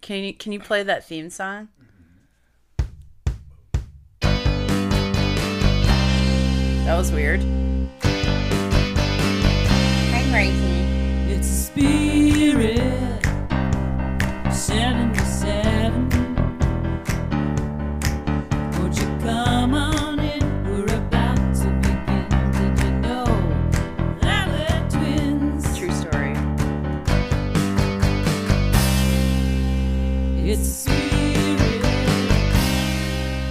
Can you can you play that theme song? That was weird. I'm crazy. It's a spirit, seven to seven. Would you come on in? We're about to begin. Did you know that we're twins? True story. It's a spirit,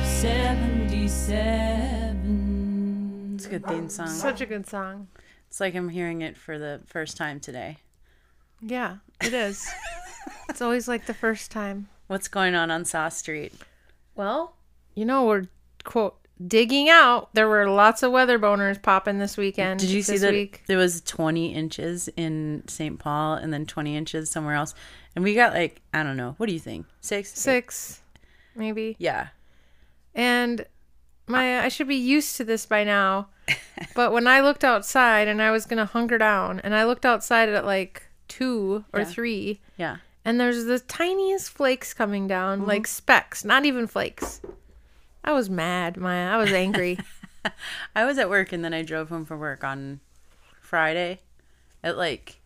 seventy-seven. It's a good theme song. Such a good song. It's like I'm hearing it for the first time today. Yeah, it is. it's always like the first time. What's going on on Saw Street? Well, you know, we're quote digging out. There were lots of weather boners popping this weekend. Did you see this that week? there was 20 inches in St. Paul and then 20 inches somewhere else? And we got like, I don't know. What do you think? Six? Six, maybe. Yeah. And my I should be used to this by now. but when I looked outside and I was gonna hunker down and I looked outside at like two or three Yeah. and there's the tiniest flakes coming down, like Mm-hmm. specks, not even flakes. I was mad, Maya. I was angry. I was at work and then I drove home from work on Friday at like,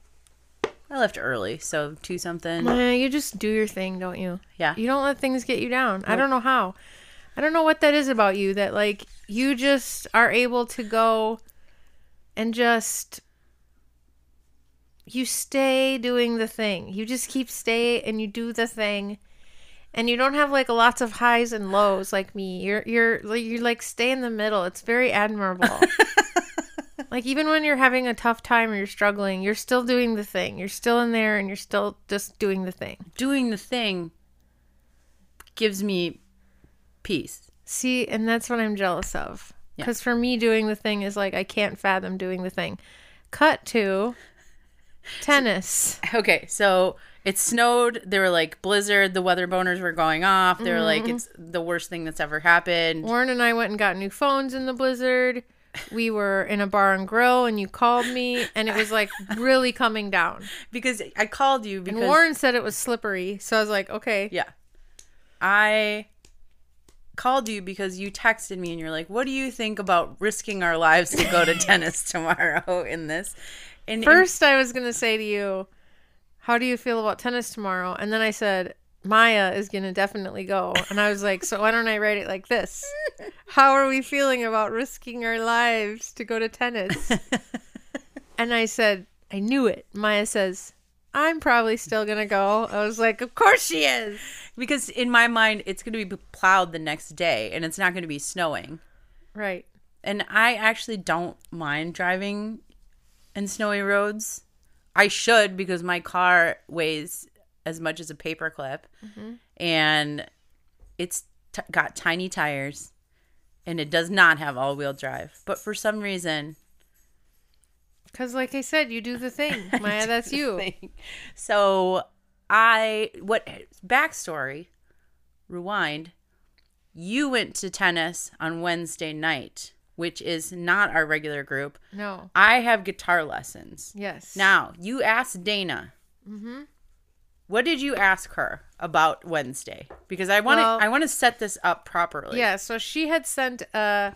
I left early. So two something. Maya, you just do your thing, don't you? Yeah. You don't let things get you down. I don't know how. I don't know what that is about you that like you just are able to go and just you stay doing the thing. You just keep stay and you do the thing. And you don't have like lots of highs and lows like me. You're you're like you like stay in the middle. It's very admirable. like even when you're having a tough time or you're struggling, you're still doing the thing. You're still in there and you're still just doing the thing. Doing the thing gives me peace. See, and that's what I'm jealous of. Yeah. Because for me, doing the thing is like I can't fathom doing the thing. Cut to tennis. Okay, so it snowed. There were like blizzard. The weather boners were going off. They were like, it's the worst thing that's ever happened. Warren and I went and got new phones in the blizzard. We were in a bar and grill, and you called me, and it was like really coming down. Because I called you And because Warren said it was slippery, so I was like, okay, yeah, I called you because you texted me and you're like, what do you think about risking our lives to go to tennis tomorrow in this? And First, I was going to say to you, How do you feel about tennis tomorrow? And then I said, Maya is going to definitely go. And I was like, So why don't I write it like this? How are we feeling about risking our lives to go to tennis? and I said, I knew it. Maya says, I'm probably still going to go. I was like, Of course she is. because in my mind, it's going to be plowed the next day and it's not going to be snowing. Right. and I actually don't mind driving in snowy roads. I should because my car weighs as much as a paperclip, and it's t- got tiny tires, and it does not have all-wheel drive. But for some reason, Because, like I said, you do the thing, Maya. That's you. so I what backstory? Rewind. You went to tennis on Wednesday night, which is not our regular group. No. I have guitar lessons. Yes. Now, you asked Dana. Mm-hmm. What did you ask her about Wednesday? Because I want to Well- I want to set this up properly. Yeah, so she had sent a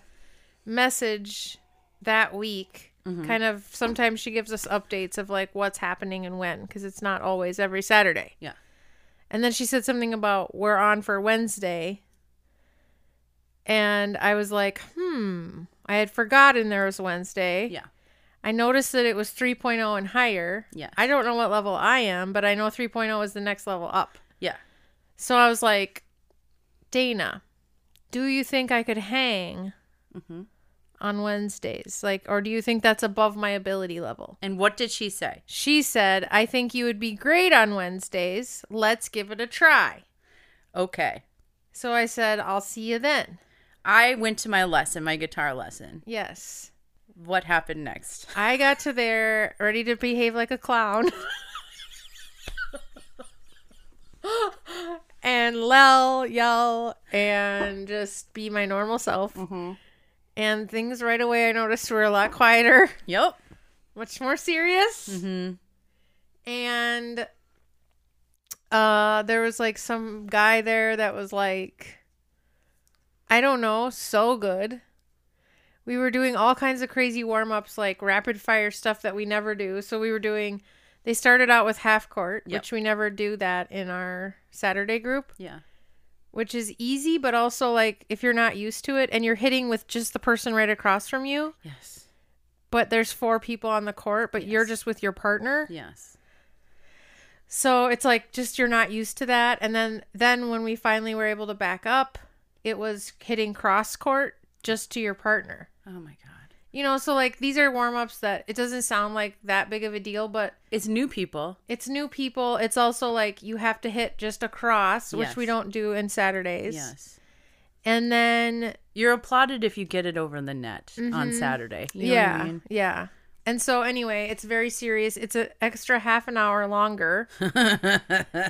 message that week. Kind of sometimes she gives us updates of like what's happening and when because it's not always every Saturday. Yeah. And then she said something about we're on for Wednesday. And I was like, "Hmm, I had forgotten there was Wednesday." Yeah. I noticed that it was 3.0 and higher. Yes. I don't know what level I am, but I know 3.0 is the next level up. Yeah. So I was like, Dana, do you think I could hang Mm-hmm. on Wednesdays? Like, or do you think that's above my ability level? And what did she say? She said, I think you would be great on Wednesdays. Let's give it a try. Okay. So I said, I'll see you then. I went to my lesson, my guitar lesson. Yes. What happened next? I got to there ready to behave like a clown. and lel, yell, and just be my normal self. And things right away I noticed were a lot quieter, Yep. much more serious. And Mm-hmm. uh there was like some guy there that was like I don't know, so good. We were doing all kinds of crazy warm-ups like rapid fire stuff that we never do. So we were doing they started out with half court, Yep. which we never do that in our Saturday group, Yeah. which is easy but also like if you're not used to it and you're hitting with just the person right across from you, Yes. but there's four people on the court, but you're just with your partner. Yes. So it's like just you're not used to that. And then then when we finally were able to back up, it was hitting cross court just to your partner. Oh my god. You know, so like these are warm ups that it doesn't sound like that big of a deal, but It's new people. it's new people. It's also like you have to hit just across, which we Yes. don't do in Saturdays. Yes. And then You're applauded if you get it over the net Mm-hmm. on Saturday. You know what I yeah, mean? yeah. And so anyway, it's very serious. It's an extra half an hour longer.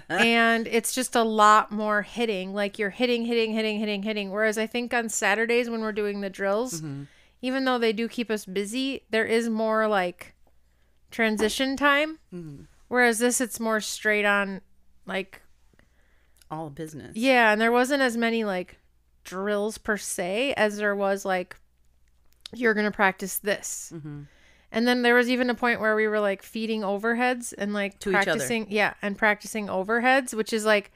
and it's just a lot more hitting. Like you're hitting, hitting, hitting, hitting, hitting. Whereas I think on Saturdays when we're doing the drills, even though they do keep us busy, there is more like transition time. Whereas this, it's more straight on, like All business. yeah, and there wasn't as many like drills per se as there was like you're gonna practice this. Mm-hmm. And then there was even a point where we were like feeding overheads and like To each other. practicing, yeah, and practicing overheads, which is like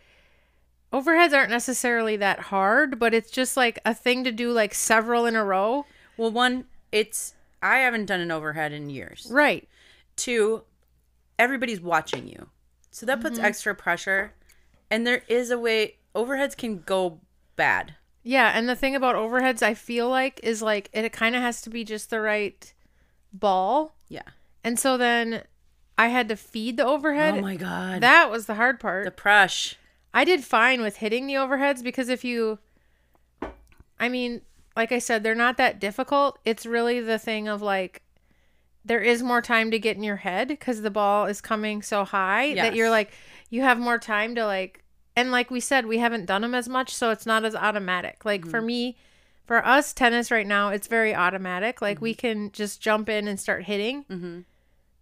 overheads aren't necessarily that hard, but it's just like a thing to do like several in a row. Well, one, it's I haven't done an overhead in years. Right. Two, everybody's watching you. So that puts extra pressure. And there is a way overheads can go bad. Yeah, and the thing about overheads, I feel like, is like it kind of has to be just the right ball. Yeah. And so then I had to feed the overhead. Oh my god. That was the hard part. the prush. I did fine with hitting the overheads because if you, I mean, like I said, they're not that difficult. It's really the thing of like, there is more time to get in your head because the ball is coming so high that you're Yes. like, you have more time to like, and like we said, we haven't done them as much, so it's not as automatic. Like Mm. for me, for us, tennis right now, it's very automatic. Like we can just jump in and start hitting. Mm-hmm.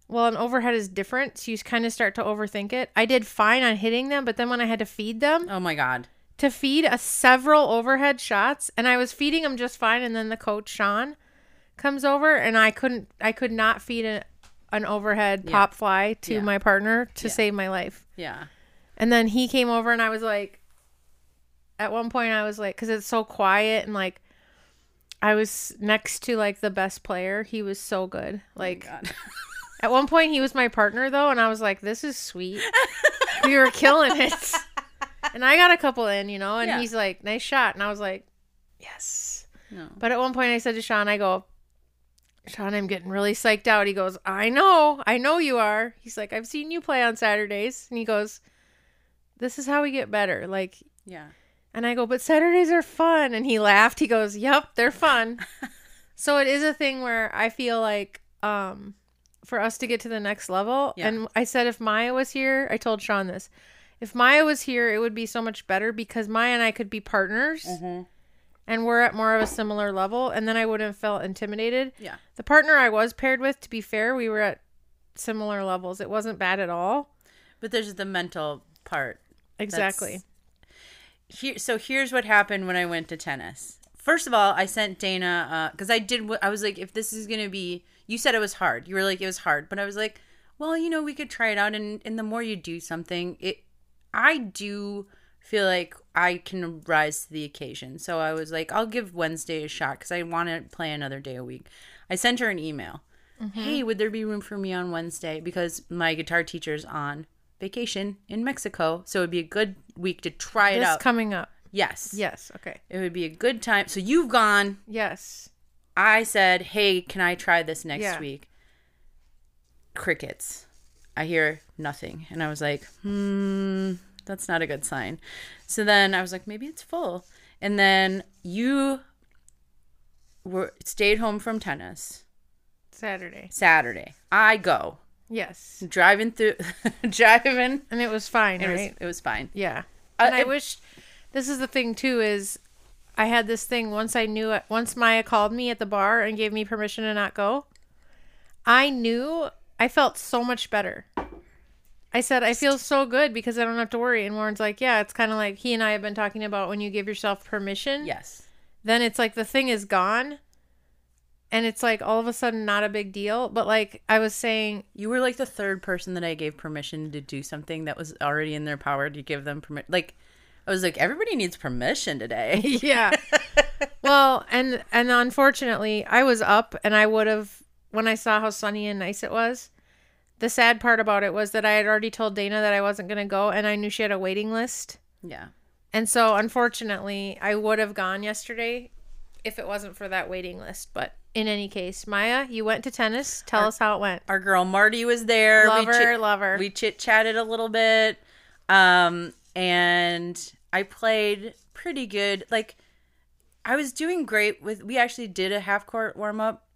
Well, an overhead is different, so you kind of start to overthink it. I did fine on hitting them, but then when I had to feed them, Oh my god. to feed a several overhead shots, and I was feeding them just fine, and then the coach Sean comes over, and I couldn't, I could not feed a, an overhead pop fly to Yeah. my partner to save my life. Yeah. And then he came over, and I was like, at one point, I was like, because it's so quiet, and like, I was next to like the best player. He was so good, like. God. At one point, he was my partner though, and I was like, "This is sweet." we were killing it, and I got a couple in, you know. And Yeah. he's like, "Nice shot," and I was like, "Yes." No. But at one point, I said to Sean, "I go, Sean, I'm getting really psyched out." He goes, "I know, I know you are." He's like, "I've seen you play on Saturdays," and he goes, "This is how we get better." Like, Yeah. and I go, but Saturdays are fun. And he laughed. He goes, yep, they're fun. so it is a thing where I feel like um, for us to get to the next level. Yeah. And I said, if Maya was here, I told Sean this. If Maya was here, it would be so much better because Maya and I could be partners Mm-hmm. and we're at more of a similar level. And then I wouldn't have felt intimidated. Yeah. The partner I was paired with, to be fair, we were at similar levels. It wasn't bad at all. But there's the mental part. Exactly. Here, so here's what happened when I went to tennis. First of all, I sent Dana because I did. what- I was like, if this is gonna be, you said it was hard. You were like, it was hard, but I was like, well, you know, we could try it out, and and the more you do something, it, I do feel like I can rise to the occasion. So I was like, I'll give Wednesday a shot because I want to play another day a week. I sent her an email. Hey, would there be room for me on Wednesday? Because my guitar teacher's on vacation in Mexico, so it'd be a good week to try it This out. coming up. Yes. Yes. Okay. It would be a good time. So you've gone. Yes. I said, hey, can I try this next Yeah. week? Crickets. I hear nothing. And I was like, hmm, that's not a good sign. So then I was like, maybe it's full. And then you were stayed home from tennis Saturday. Saturday. I go Yes. driving through, driving. and it was fine, It was, right? it was fine. yeah. Uh, and I it- wish this is the thing too is I had this thing once I knew it, once Maya called me at the bar and gave me permission to not go. I knew I felt so much better. I said, I feel so good because I don't have to worry. And Warren's like, yeah, it's kind of like he and I have been talking about when you give yourself permission, Yes. then it's like the thing is gone. And it's like all of a sudden not a big deal. But like I was saying, You were like the third person that I gave permission to do something that was already in their power to give them permission. Like, I was like, everybody needs permission today. yeah. well, and and unfortunately, I was up and I would have when I saw how sunny and nice it was. The sad part about it was that I had already told Dana that I wasn't going to go and I knew she had a waiting list. yeah. And so, unfortunately, I would have gone yesterday if it wasn't for that waiting list. But in any case, Maya, you went to tennis. Tell us how it went. Our girl Marty was there. Love We her, chi- love her. We chit chatted a little bit. Um, and I played pretty good. Like, I was doing great with, we actually did a half court warm up.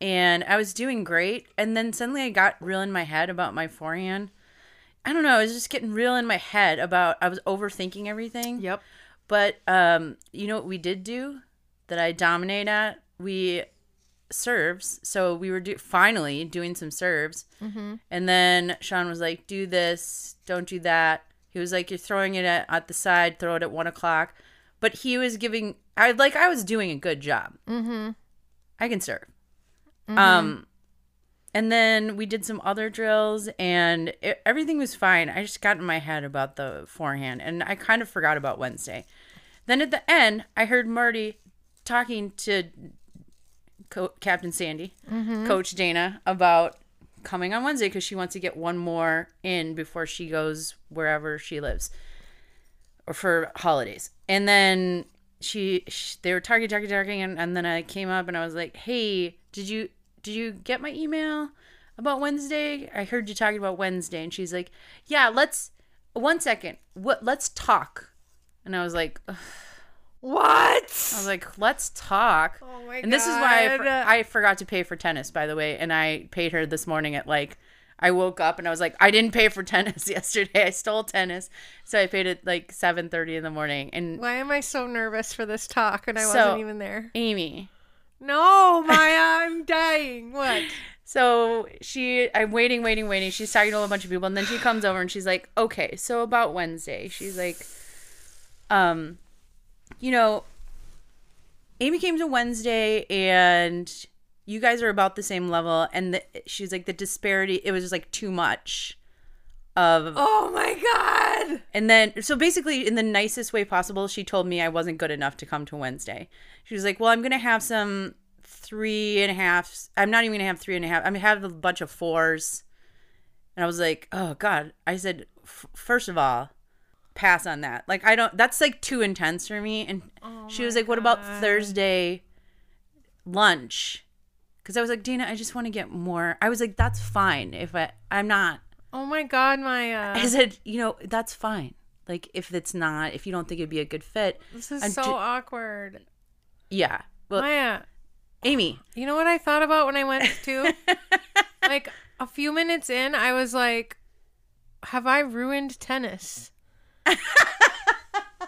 And I was doing great. And then suddenly I got real in my head about my forehand. I don't know. I was just getting real in my head about, I was overthinking everything. Yep. But um, you know what we did do that I dominate at? We serves. So we were do- finally doing some serves. And then Sean was like, do this, don't do that. He was like, you're throwing it at, at the side, throw it at one o'clock. But he was giving, I like, I was doing a good job. Mm-hmm. I can serve. Um, and then we did some other drills, and it, everything was fine. I just got in my head about the forehand, and I kind of forgot about Wednesday. Then at the end, I heard Marty talking to Co- Captain Sandy, Coach Dana, about coming on Wednesday because she wants to get one more in before she goes wherever she lives or for holidays. And then she, sh they were talking, talking, talking, and, and then I came up and I was like, "Hey, did you did you get my email about Wednesday? I heard you talking about Wednesday." And she's like, "Yeah, let's one second. What? Let's talk." And I was like, ugh. I What? was like, let's talk. Oh my And this is why I, for- God. I forgot to pay for tennis, by the way. And I paid her this morning at like, I woke up and I was like, I didn't pay for tennis yesterday. I stole tennis, so I paid it like seven thirty in the morning. And Why am I so nervous for this talk and I So- wasn't even there? Amy, No, Maya, I'm dying. What? so she, I'm waiting, waiting, waiting. She's talking to a bunch of people, and then she comes over and she's like, okay, so about Wednesday, she's like, um, you know, Amy came to Wednesday and you guys are about the same level and the, she's like the disparity it was just like too much of Oh my god. and then so basically in the nicest way possible she told me I wasn't good enough to come to Wednesday. She was like, "Well, I'm gonna have some three and a halfs. I'm not even gonna have three and a half. I'm gonna have a bunch of fours. And I was like, "Oh God!" I said, F- first of all, pass on that. Like I don't. That's like too intense for me." And she was like, "What about Thursday lunch?" Because I was like, "Dana, I just want to get more." I was like, "That's fine. If I, I'm not." Oh my god, Maya. I said, you know, that's fine. Like if it's not, if you don't think it'd be a good fit, This is I'm so ju- awkward. yeah. Well, Maya, Amy, You know what I thought about when I went to? like a few minutes in, I was like, have I ruined tennis?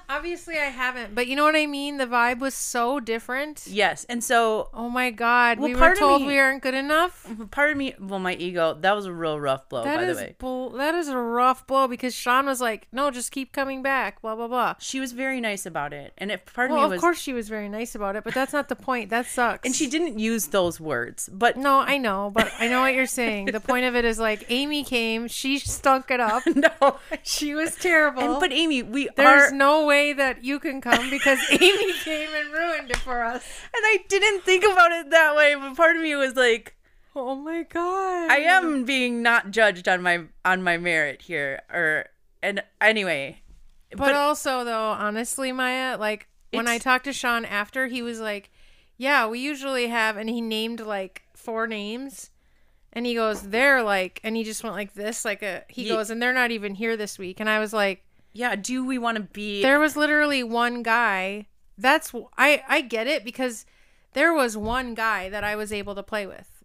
Obviously, I haven't. But you know what I mean? The vibe was so different. yes. And so Oh my God. Well, we were part of told me- we aren't good enough. part of me, well, my ego, that was a real rough blow, That by is the way. bull- that is a rough blow because Sean was like, no, just keep coming back, blah, blah, blah. She was very nice about it, and if part of Well, me was, of course she was very nice about it, but that's not the point. That sucks. and she didn't use those words, but No, I know, but I know what you're saying. The point of it is like Amy came, she stunk it up. no. She was terrible. And but Amy, we there's are, no way that you can come because Amy came and ruined it for us. and I didn't think about it that way, but part of me was like, Oh my god. I am being not judged on my on my merit here, or and anyway, But, also though, honestly, Maya, like when I It's- talked to Sean after, he was like, "Yeah, we usually have," and he named like four names. And he goes, they're like, and he just went like this, like a, he Ye- goes, and they're not even here this week. And I was like, yeah. Do we want to be there was literally one guy that's i i get it because there was one guy that i was able to play with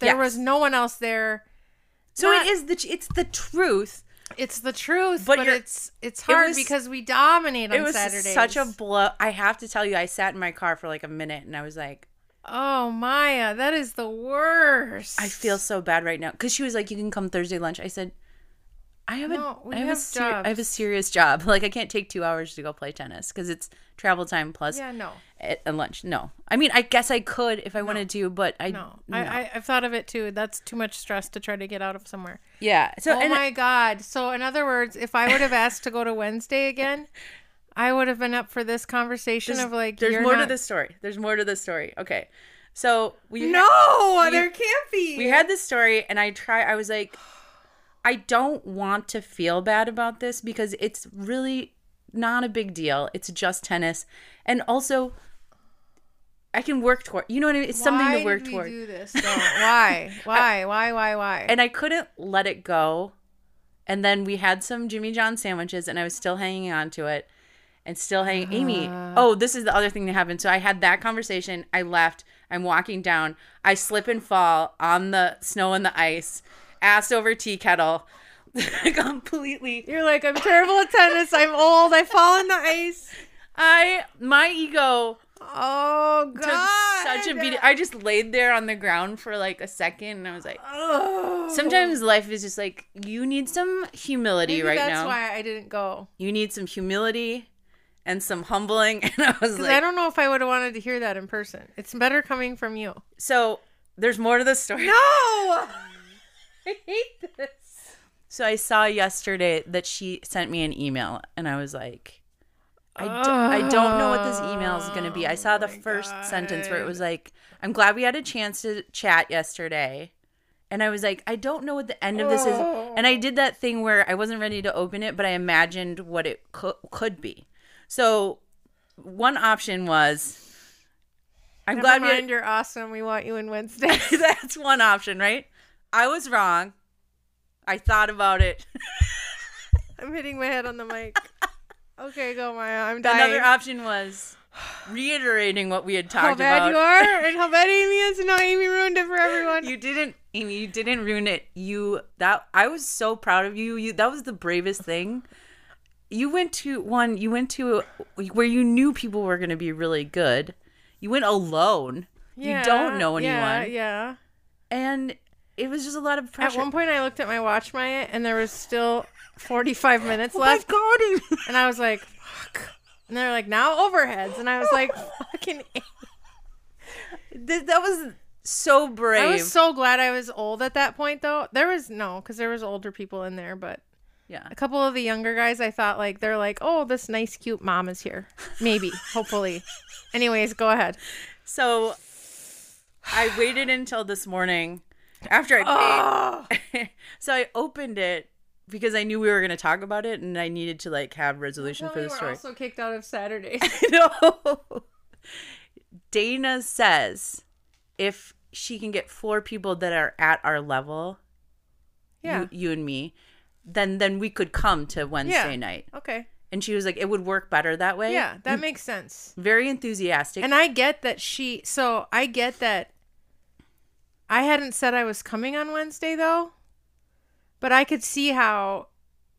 there Yes. was no one else there So Not- it is the tr- it's the truth. it's the truth But but, you're- it's it's hard was- because we dominate on It was saturdays such a blow. I have to tell you, I sat in my car for like a minute and I was like, oh maya that is the worst I feel so bad right now because she was like, "You can come Thursday lunch." I said, I have No, a, we I have, a have ser- I have a jobs. serious job. Like I can't take two hours to go play tennis because it's travel time plus Yeah, no. at, at lunch. No, I mean I guess I could if I wanted to, but I No, I, I, I've thought of it too. That's too much stress to try to get out of somewhere. yeah. So oh and my god! So in other words, if I would have asked to go to Wednesday again, I would have been up for this conversation of like, there's you're more to not- the story. There's more to the story. Okay, so we ha- No, there can't be. we had this story and I try. I was like, I don't want to feel bad about this because it's really not a big deal. It's just tennis, and also. I can work toward. You know what I mean? It's something Why to work did we toward. do this? though? Why? Why? Why? Why? Why? and I couldn't let it go. And then we had some Jimmy John sandwiches, and I was still hanging on to it, and still hanging. Amy, Uh-huh. oh, this is the other thing that happened. So I had that conversation. I left. I'm walking down. I slip and fall on the snow and the ice, ass over tea kettle, completely. You're like, I'm terrible at tennis. I'm old. I fall on the ice. I my ego Oh took god! such a beating. I just laid there on the ground for like a second, and I was like, Ugh. sometimes life is just like you need some humility Maybe right that's now. why I didn't go. you need some humility and some humbling and i was 'Cause like I don't know if I would have wanted to hear that in person. It's better coming from you. so there's more to the story No. so i saw yesterday that she sent me an email and i was like I d- I don't know what this email is going to be. I saw Oh the first sentence where it was like, I'm glad we had a chance to chat yesterday. And I was like, I don't know what the end of this is. And I did that thing where I wasn't ready to open it, but I imagined what it co- could be. So one option was, I'm Never glad we had- mind, you're awesome. We want you in Wednesday. That's one option, right? I was wrong. I thought about it. I'm hitting my head on the mic. Okay, go Maya. I'm dying. Another option was reiterating what we had how talked bad about. you are, and how bad Amy is. No, Amy ruined it for everyone. You didn't, Amy. You didn't ruin it. You that I was so proud of you. You that was the bravest thing. You went to one. You went to where you knew people were going to be really good. You went alone. you don't know anyone, Yeah, yeah. and it was just a lot of At pressure. one point, I looked at my watch, Maya, and there was still 45 minutes my left, God, and I was like, "Fuck." And they're like, now overheads, and I was like, "Fucking!" A-. that, that was so brave. I was so glad I was old at that point, though. There was no, because there was older people in there, but yeah, a couple of the younger guys i thought like they're like oh this nice cute mom is here maybe hopefully anyways go ahead So I waited until this morning after I Ah. paid. so I opened it because I knew we were going to talk about it and I needed to like have resolution for the story. also kicked out of saturdays no. Dana says if she can get four people that are at our level, yeah you, you and me, then then we could come to Wednesday night. okay And she was like it would work better that way. yeah that makes sense Very enthusiastic. and i get that she so i get that i hadn't said i was coming on wednesday though but i could see how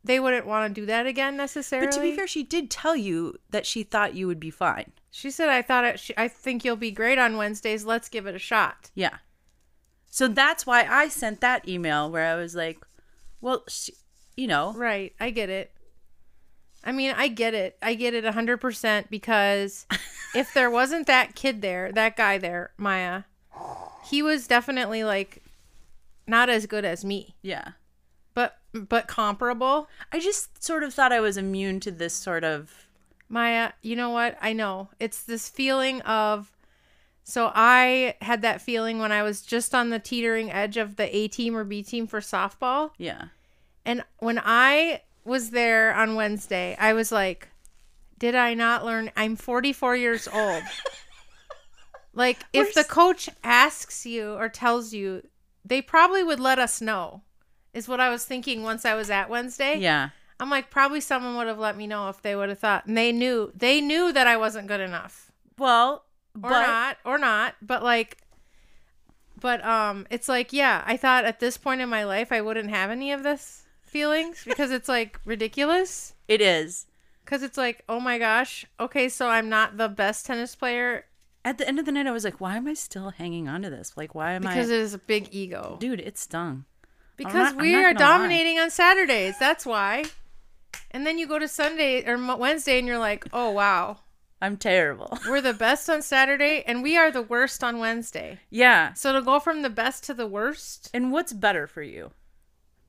they wouldn't want to do that again necessarily but to be fair, she did tell you that she thought you would be fine. she said i thought it, she, i think you'll be great on wednesdays let's give it a shot Yeah. So that's why I sent that email where I was like, well, sh you know, Right. I get it. I mean, I get it. I get it 100% because if there wasn't that kid there, that guy there, Maya, he was definitely like not as good as me, yeah. but but comparable. I just sort of thought I was immune to this sort of Maya, you know what? I know. It's this feeling of so I had that feeling when I was just on the teetering edge of the A team or B team for softball. yeah. And when I was there on Wednesday, I was like, did I not learn? I'm 44 years old. like, if the coach asks you or tells you, they probably would let us know, is what I was thinking once I was at Wednesday. Yeah. I'm like, probably someone would have let me know if they would have thought. And they knew, they knew that I wasn't good enough Well, or but not or not but like but um it's like yeah i thought at this point in my life i wouldn't have any of this feelings because it's like ridiculous it is. because it's like oh my gosh okay so i'm not the best tennis player At the end of the night, I was like, why am I still hanging on to this? Like, why am because I? it is a big ego Dude, it stung. Because I'm we not are gonna lie. dominating on Saturdays. That's why. And then you go to Sunday or Mo- Wednesday and you're like, oh, wow. I'm terrible. We're the best on Saturday and we are the worst on Wednesday. Yeah. So to go from the best to the worst, And what's better for you?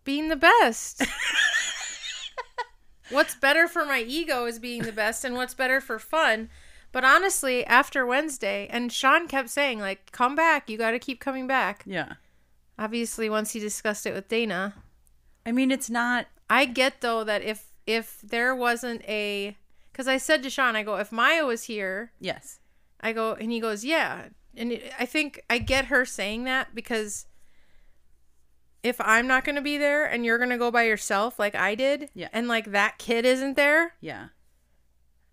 being the best. what's better for my ego is being the best and what's better for fun. But honestly, after Wednesday, and Sean kept saying, like, come back. You got to keep coming back. Yeah. Obviously, once he discussed it with Dana, I mean, it's not. I get though that if if there wasn't a because I said to Sean, I go if Maya was here, Yes. I go and he goes yeah, and it- I think I get her saying that because if I'm not gonna be there and you're gonna go by yourself like I did, Yeah. and like that kid isn't there, Yeah.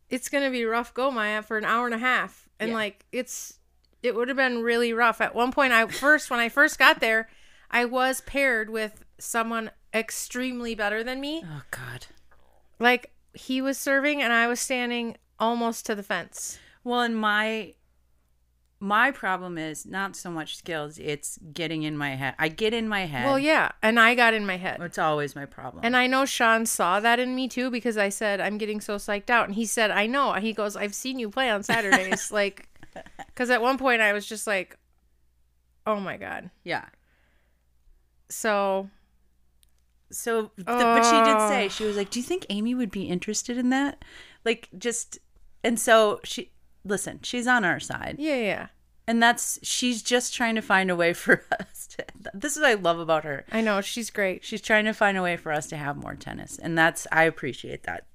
it's gonna be rough go Maya for an hour and a half, and Yeah. like it's it would have been really rough. At one point, I first when I first got there, I was paired with someone extremely better than me Oh God. like he was serving and I was standing almost to the fence. Well, and my my problem is not so much skills; it's getting in my head. I get in my head. Well, yeah, and I got in my head. It's always my problem. And I know Sean saw that in me too because I said I'm getting so psyched out and he said I know. He goes, "I've seen you play on Saturdays." like cuz at one point I was just like oh my god. yeah. So, So, th- but she did say she was like, "Do you think Amy would be interested in that?" Like, just and so she listen. She's on our side, yeah, yeah. and that's she's just trying to find a way for us. To, this is what I love about her. I know she's great. She's trying to find a way for us to have more tennis, and that's I appreciate that.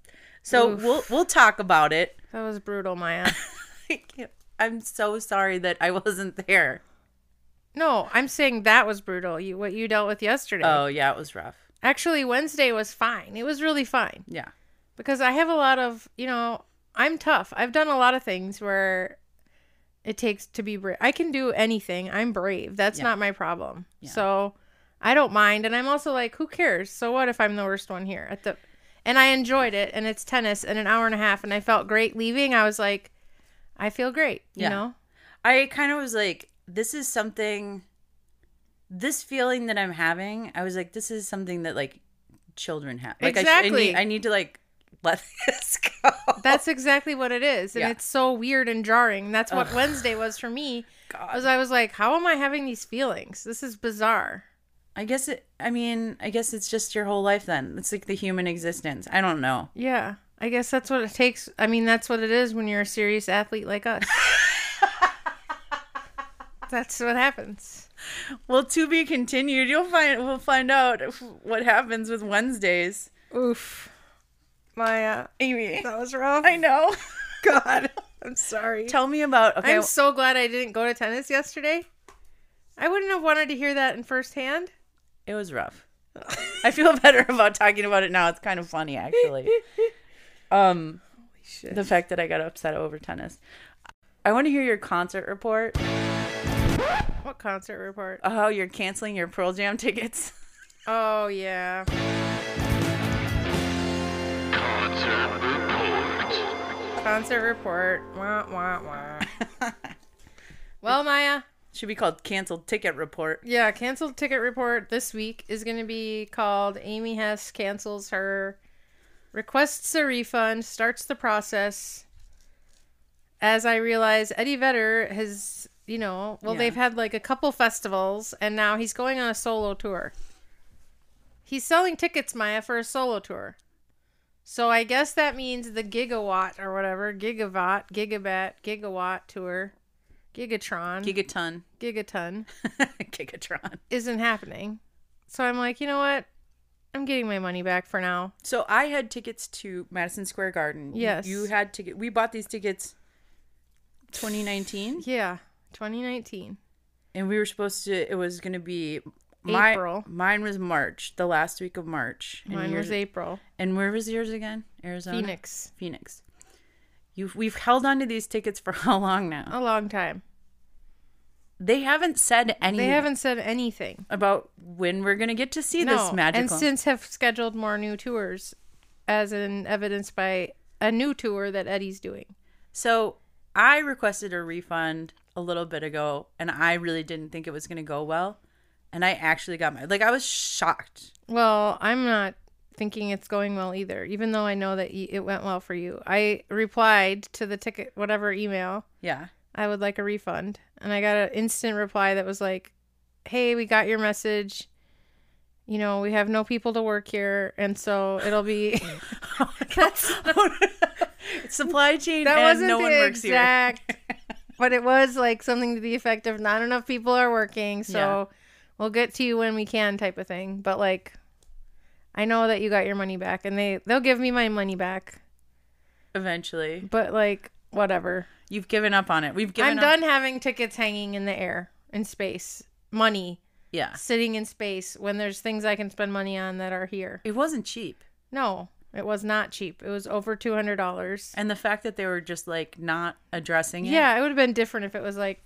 So we'll we'll talk about it. That was brutal, Maya. I can't- I'm so sorry that I wasn't there. no, I'm saying that was brutal. You what you dealt with yesterday. Oh yeah, it was rough. Actually, Wednesday was fine. It was really fine. Yeah, because I have a lot of, you know, I'm tough. I've done a lot of things where it takes to be brave. I can do anything. I'm brave. That's Yeah. not my problem. Yeah. So I don't mind. And I'm also like, who cares? So what if I'm the worst one here at the, and I enjoyed it and it's tennis and an hour and a half and I felt great leaving. I was like, I feel great. You Yeah. know? I kind of was like, this is something. This feeling that I'm having, I was like, this is something that like children have. Like I, sh- I, need, Exactly. I need to like let this go. That's exactly what it is. And Yeah. it's so weird and jarring. And that's what Ugh. Wednesday was for me. God. Was I was like, how am I having these feelings? This is bizarre. I guess it. I mean, I guess it's just your whole life. Then it's like the human existence. I don't know. Yeah. I guess that's what it takes. I mean, that's what it is when you're a serious athlete like us. that's what happens. Well, to be continued. You'll find. We'll find out what happens with Wednesdays. Oof. Maya, Amy, that was rough. I know. God, I'm sorry. tell me about. Okay, I'm so glad I didn't go to tennis yesterday. I wouldn't have wanted to hear that in firsthand. It was rough. I feel better about talking about it now. It's kind of funny actually. Um shit. the fact that I got upset over tennis. I want to hear your concert report. What concert report? Oh, you're canceling your Pearl Jam tickets. Oh, yeah. Concert report. Wah, wah, wah. well, Maya. Should be called canceled ticket report. Yeah, canceled ticket report this week is going to be called Amy Hess cancels her requests a refund, starts the process. As I realize, Eddie Vedder has, you know, well, Yeah. they've had like a couple festivals and now he's going on a solo tour. He's selling tickets, Maya, for a solo tour. So I guess that means the gigawatt or whatever, gigawatt, gigabat, gigawatt tour, gigatron, Gigaton. gigaton Gigatron. isn't happening. So I'm like, you know what? I'm getting my money back for now. So I had tickets to Madison Square Garden. You- Yes. You, had ticket. We bought these tickets 2019 Yeah, 2019. and we were supposed to it was going to be my, April. Mine was March, the last week of March. and Mine yours- was April. And where was yours again? Arizona. Phoenix. Phoenix. You've we've held on to these tickets for how long now? A long time. They haven't said anything They haven't said anything. about when we're gonna get to see this And magical. since have scheduled more new tours, as in evidenced by a new tour that Eddie's doing. so I requested a refund a little bit ago, and I really didn't think it was gonna go well. and I actually got my like I was shocked. Well, I'm not thinking it's going well either, even though I know that y- it went well for you. I replied to the ticket, whatever email, Yeah. I would like a refund. And I got an instant reply that was like, hey, we got your message. You know, we have no people to work here. And so it'll be. That's- Supply chain that and wasn't no the one works here. exact, but it was like something to the effect of not enough people are working, so we'll get to you when we can, type of thing. But like, I know that you got your money back, and they they'll give me my money back. Eventually, But like, whatever. you've given up on it. We've given I'm up. done having tickets hanging in the air in space, money Yeah. sitting in space when there's things I can spend money on that are here. It wasn't cheap. No, it was not cheap. It was over two hundred dollars. And the fact that they were just like not addressing it. Yeah, it would have been different if it was like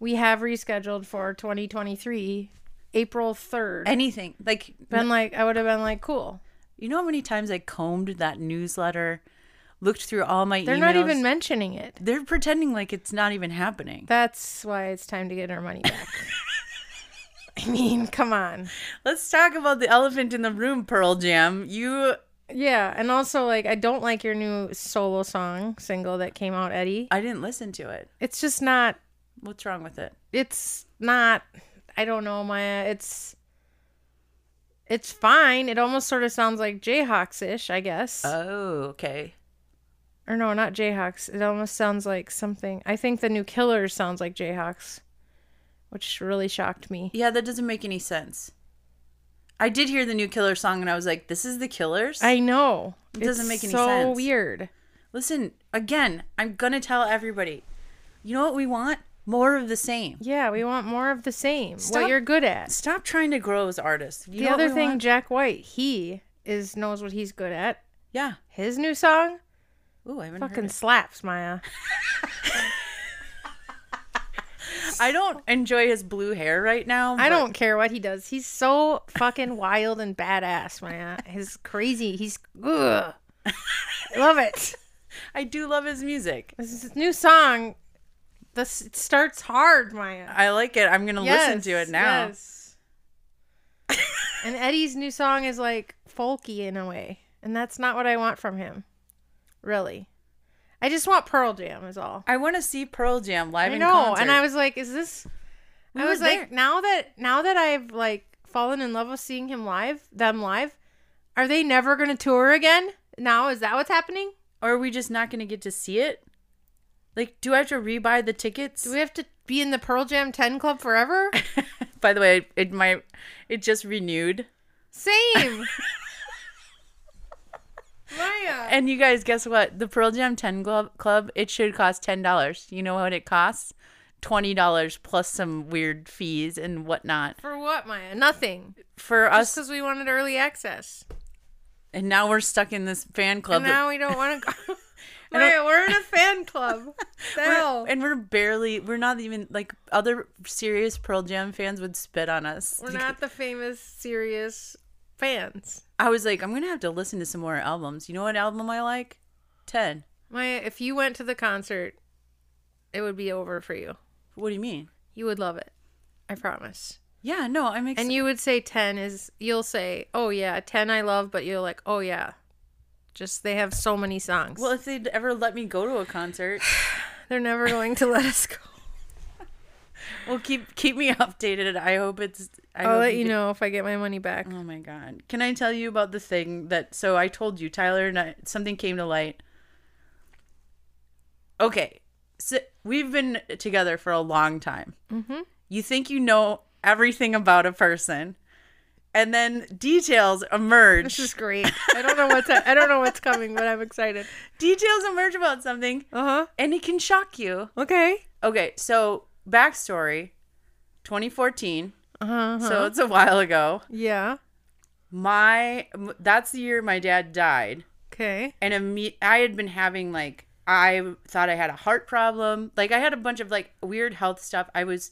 we have rescheduled for 2023 April 3rd. And Anything. Like been like I would have been like cool. you know how many times I combed that newsletter, looked through all my They're emails. not even mentioning it. they're pretending like it's not even happening. That's why it's time to get our money back. I mean, come on. Let's talk about the elephant in the room, Pearl Jam. You Yeah, and also like I don't like your new solo song single that came out Eddie. I didn't listen to it. It's just not What's wrong with it? it's not i don't know maya it's it's fine it almost sort of sounds like jayhawks-ish i guess Oh, okay. or no not jayhawks it almost sounds like something i think the new killers sounds like jayhawks which really shocked me Yeah, that doesn't make any sense. I did hear the new Killer song and I was like, this is the Killers? i know It doesn't make any so sense. weird Listen, again, I'm going to tell everybody. You know what we want? More of the same. yeah we want more of the same Stop- what you're good at Stop trying to grow as artists. You the know what other we thing want? jack white he is knows what he's good at yeah. his new song Ooh, I haven't heard fucking it. slaps maya I don't enjoy his blue hair right now. but I don't care what he does. He's so fucking wild and badass, man. He's crazy. He's ugh. I love it. I do love his music. This is- new song. This it starts hard, Maya. I like it. I'm going to listen to Yes, it now. yes. and Eddie's new song is like folky in a way, and that's not what I want from him. Really, I just want Pearl Jam is all. I want to see Pearl Jam live I in know, concert. and I was like, is this? I were was there. like, now that now that I've like fallen in love with seeing him live, them live, are they never gonna tour again? Now is that what's happening? Or are we just not going to get to see it? Like, do I have to rebuy the tickets? Do we have to be in the Pearl Jam Ten Club forever? By the way, it my it just renewed. Same. Maya, And you guys, guess what? The Pearl Jam Ten Club Club it should cost ten dollars. You know what it costs? Twenty dollars plus some weird fees and whatnot for what, Maya? Nothing. for Just us. because we wanted early access, And now we're stuck in this fan club. and now we don't want to go. Maya, we're in a fan club. The hell? we're, and we're barely. We're not even like other serious Pearl Jam fans would spit on us. We're not the famous, serious fans. I was like, I'm gonna have to listen to some more albums. You know what album I like? Ten. Maya, if you went to the concert, it would be over for you. What do you mean? You would love it. I promise. Yeah, no, I'm. Ex- And you would say 10 is, you'll say, oh yeah, 10 I love, but you're like, oh yeah. Just, they have so many songs. well, Well, if they'd ever let me go to a concert, they're never going to let us go. well, keep keep me updated. I hope it's. I I'll hope let Oh, you get- know if I get my money back. Oh my god! Can I tell you about the thing that? So I told you, Tyler, and I, something came to light. Okay, so we've been together for a long time. Mm-hmm. You think you know everything about a person, and then details emerge. This is great. I don't know what's, I don't know what's coming, but I'm excited. details emerge about something, Uh and it can shock you. huh. Okay. Okay, so backstory 2014, Uh huh. so it's a while ago. yeah. My m- that's the year my dad died, Okay. and imme- I had been having like I thought I had a heart problem. Like I had a bunch of like weird health stuff. I was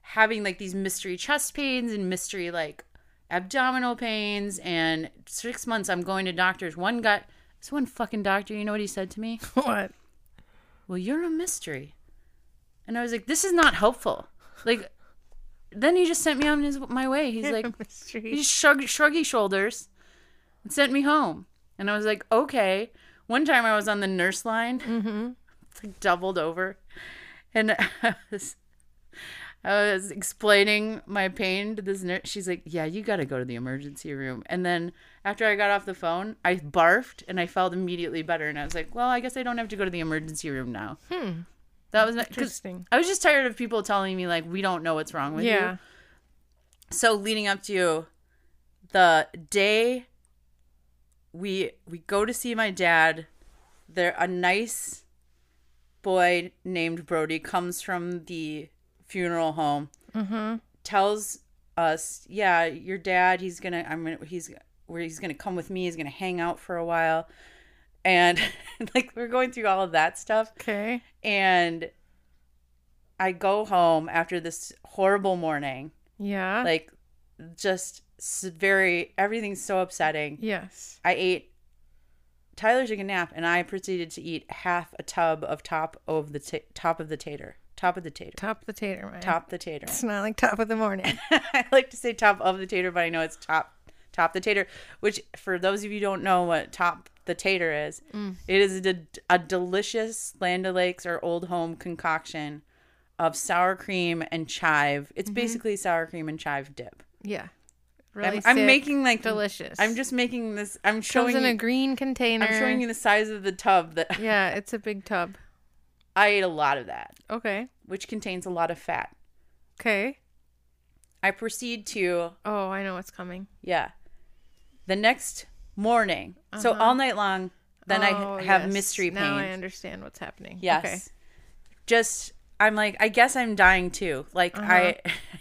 having like these mystery chest pains and mystery like abdominal pains and 6 months I'm going to doctors. One guy this one fucking doctor, you know what he said to me? What? well, you're a mystery. And I was like, this is not helpful. Like, Then he just sent me on his my way. He's like, the he street. just shrugged, shrugged his shoulders and sent me home. And I was like, okay. One time I was on the nurse line, Mm-hmm. like doubled over, and I was, I was explaining my pain to this nurse. She's like, yeah, you got to go to the emergency room. And then after I got off the phone, I barfed and I felt immediately better. And I was like, well, I guess I don't have to go to the emergency room now. Hmm. That was because Interesting. I was just tired of people telling me like we don't know what's wrong with you Yeah. so leading up to the day we we go to see my dad there a nice boy named brody comes from the funeral home Mm-hmm. tells us yeah your dad he's gonna i'm gonna he's where he's gonna come with me he's gonna hang out for a while and like we're going through all of that stuff Okay. and i go home after this horrible morning Yeah. like just s- very everything's so upsetting yes. i ate tyler took a nap and i proceeded to eat half a tub of top of the ta- top of the tater top of the tater Top of the tater, Maya. top the tater It's not like top of the morning. i like to say top of the tater but i know it's top top the tater which for those of you who don't know what top the tater is Mm. it is a, d- a delicious land o'lakes or old home concoction of sour cream and chive Mm-hmm. it's basically sour cream and chive dip yeah. I'm- Really I'm, thick, making like delicious. I'm just making this. I'm comes showing. in a You, green container. I'm showing you the size of the tub that Yeah, it's a big tub. I ate a lot of that, Okay. which contains a lot of fat. Okay. I proceed to Oh, I know what's coming. yeah, the next morning. So all night long. Then Uh-huh. Oh, I have yes. mystery pain. Now I understand what's happening. Yes. Okay. Just I'm like I guess I'm dying too. Like I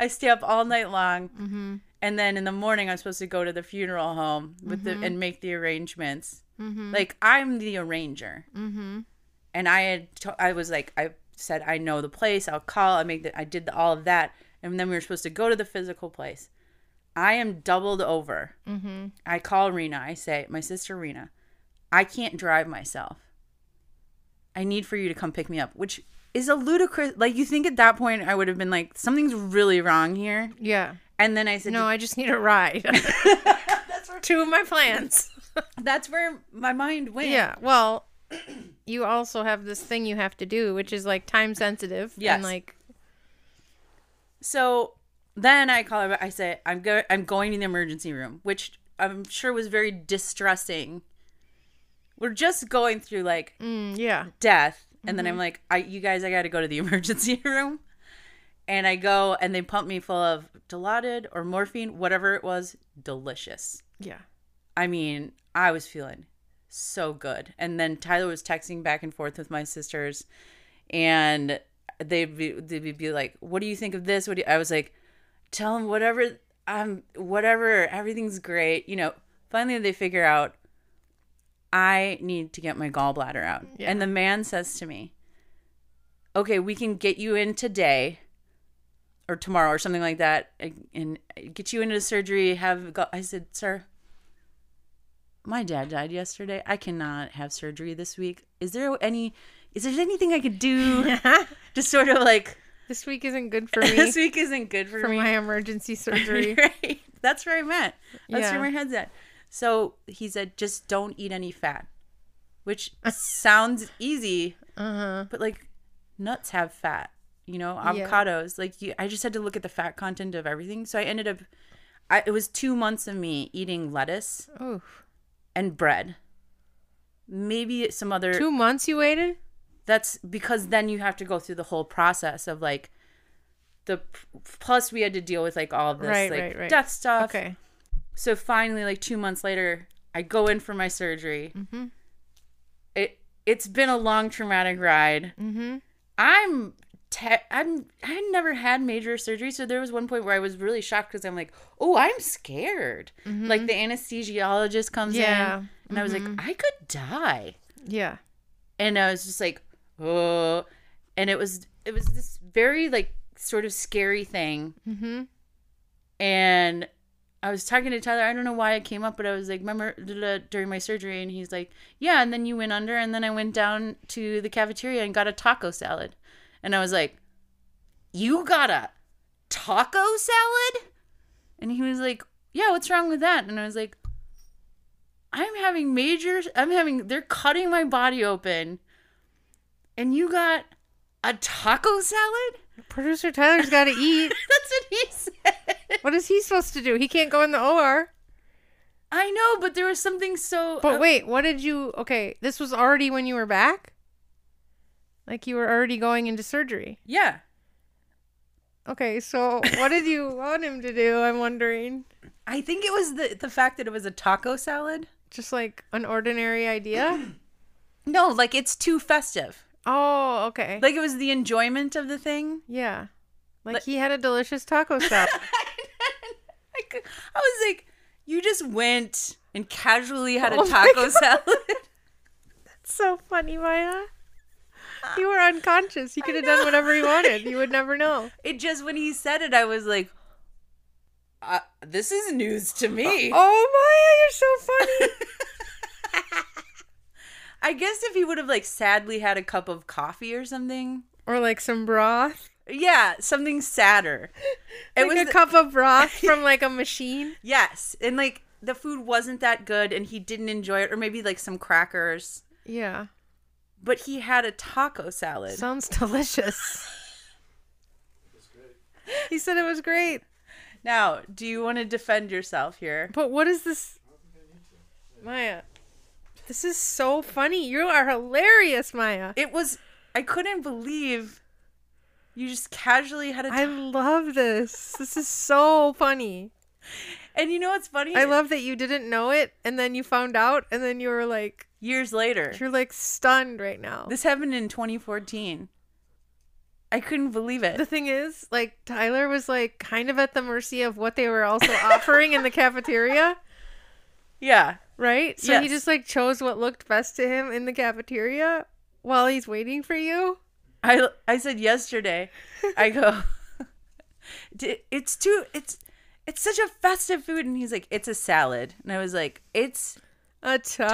I stay up all night long. And then in the morning I'm supposed to go to the funeral home with the and make the arrangements. Like I'm the arranger. And I had to, I was like I said I know the place. I'll call. I make the I did the, all of that. And then we were supposed to go to the physical place. I am doubled over. I call Rena. I say, my sister Rena, I can't drive myself. I need for you to come pick me up, which is a ludicrous. Like you think at that point I would have been like, something's really wrong here. Yeah. And then I said, No, I just need a ride. Two of my plans. that's where my mind went. Yeah. Well, you also have this thing you have to do, which is like time sensitive. Yes. And like, So then I call her. back. I say, I'm go- I'm going to the emergency room, which I'm sure was very distressing. We're just going through like mm, yeah. death and then i'm Mm-hmm. like I, you guys i gotta go to the emergency room and i go and they pump me full of dilaudid or morphine whatever it was delicious Yeah. i mean i was feeling so good and then tyler was texting back and forth with my sisters and they'd be, they'd be like what do you think of this what do you, i was like tell them whatever um whatever everything's great you know finally they figure out i need to get my gallbladder out Yeah. and the man says to me okay we can get you in today or tomorrow or something like that and- and get you into surgery have go-. i said sir my dad died yesterday i cannot have surgery this week is there any is there anything i could do to sort of like This week isn't good for me this week isn't good for, for me my emergency surgery. right. That's where I'm at. That's Yeah. where my head's at. So he said, just don't eat any fat, which sounds easy, but like nuts have fat, you know, Yeah. avocados. Like you, I just had to look at the fat content of everything. So I ended up, I, it was two months of me eating lettuce Oh, and bread. Maybe some other. two months you waited? That's because then you have to go through the whole process of like the plus we had to deal with like all this Right, like right, right. death stuff Okay. so finally like two months later i go in for my surgery it it's been a long traumatic ride i'm te- i'm i never had major surgery so there was one point where i was really shocked because i'm like oh i'm scared like the anesthesiologist comes Yeah. in and i was like i could die Yeah. and I was just like, oh, and it was it was this very like sort of scary thing. Mm-hmm. And I was talking to Tyler. I don't know why it came up, but I was like, remember da- da- da," during my surgery, and he's like, yeah. And then you went under, and then I went down to the cafeteria and got a taco salad, and I was like, you got a taco salad? And he was like, Yeah, what's wrong with that? And I was like, I'm having major, I'm having, they're cutting my body open. And you got a taco salad? Producer Tyler's got to eat. That's what he said. What is he supposed to do? He can't go in the OR. I know, but there was something so. But wait, what did you? Okay, this was already when you were back. Like you were already going into surgery. yeah. Okay, so what did you want him to do? I'm wondering. I think it was the, the fact that it was a taco salad. Just like an ordinary idea. No, like it's too festive. Oh, okay. Like it was the enjoyment of the thing. yeah, like, Like- he had a delicious taco salad. I, cou- I was like, you just went and casually had Oh a my taco salad. so funny, Maya. You were unconscious. You could have done whatever you wanted. You would never know. It just, when he said it, I was like, uh, this is news to me. Oh, Maya, you're so funny. I guess if he would have, like, sadly had a cup of coffee or something. or like some broth. Yeah, something sadder. It It like was a the- cup of broth from like a machine. Yes. And, like, the food wasn't that good and he didn't enjoy it, or maybe, like, some crackers. Yeah. But he had a taco salad. Sounds delicious. he said it was great. Now, do you want to defend yourself here? But what is this? Maya, this is so funny. You are hilarious, Maya. It was I couldn't believe you just casually had a I ta- love this. This is so funny. and you know what's funny? I love that you didn't know it and then you found out and then you were like, years later. you're like stunned right now. This happened in 2014. I couldn't believe The it. thing is, like Tyler was like kind of at the mercy of what they were also offering in the cafeteria, Yeah. right? So he Yes. just like chose what looked best to him in the cafeteria while he's waiting for you. I I said yesterday. I go "D- It's too it's it's such a festive food and he's like it's a salad. And I was like it's A taco.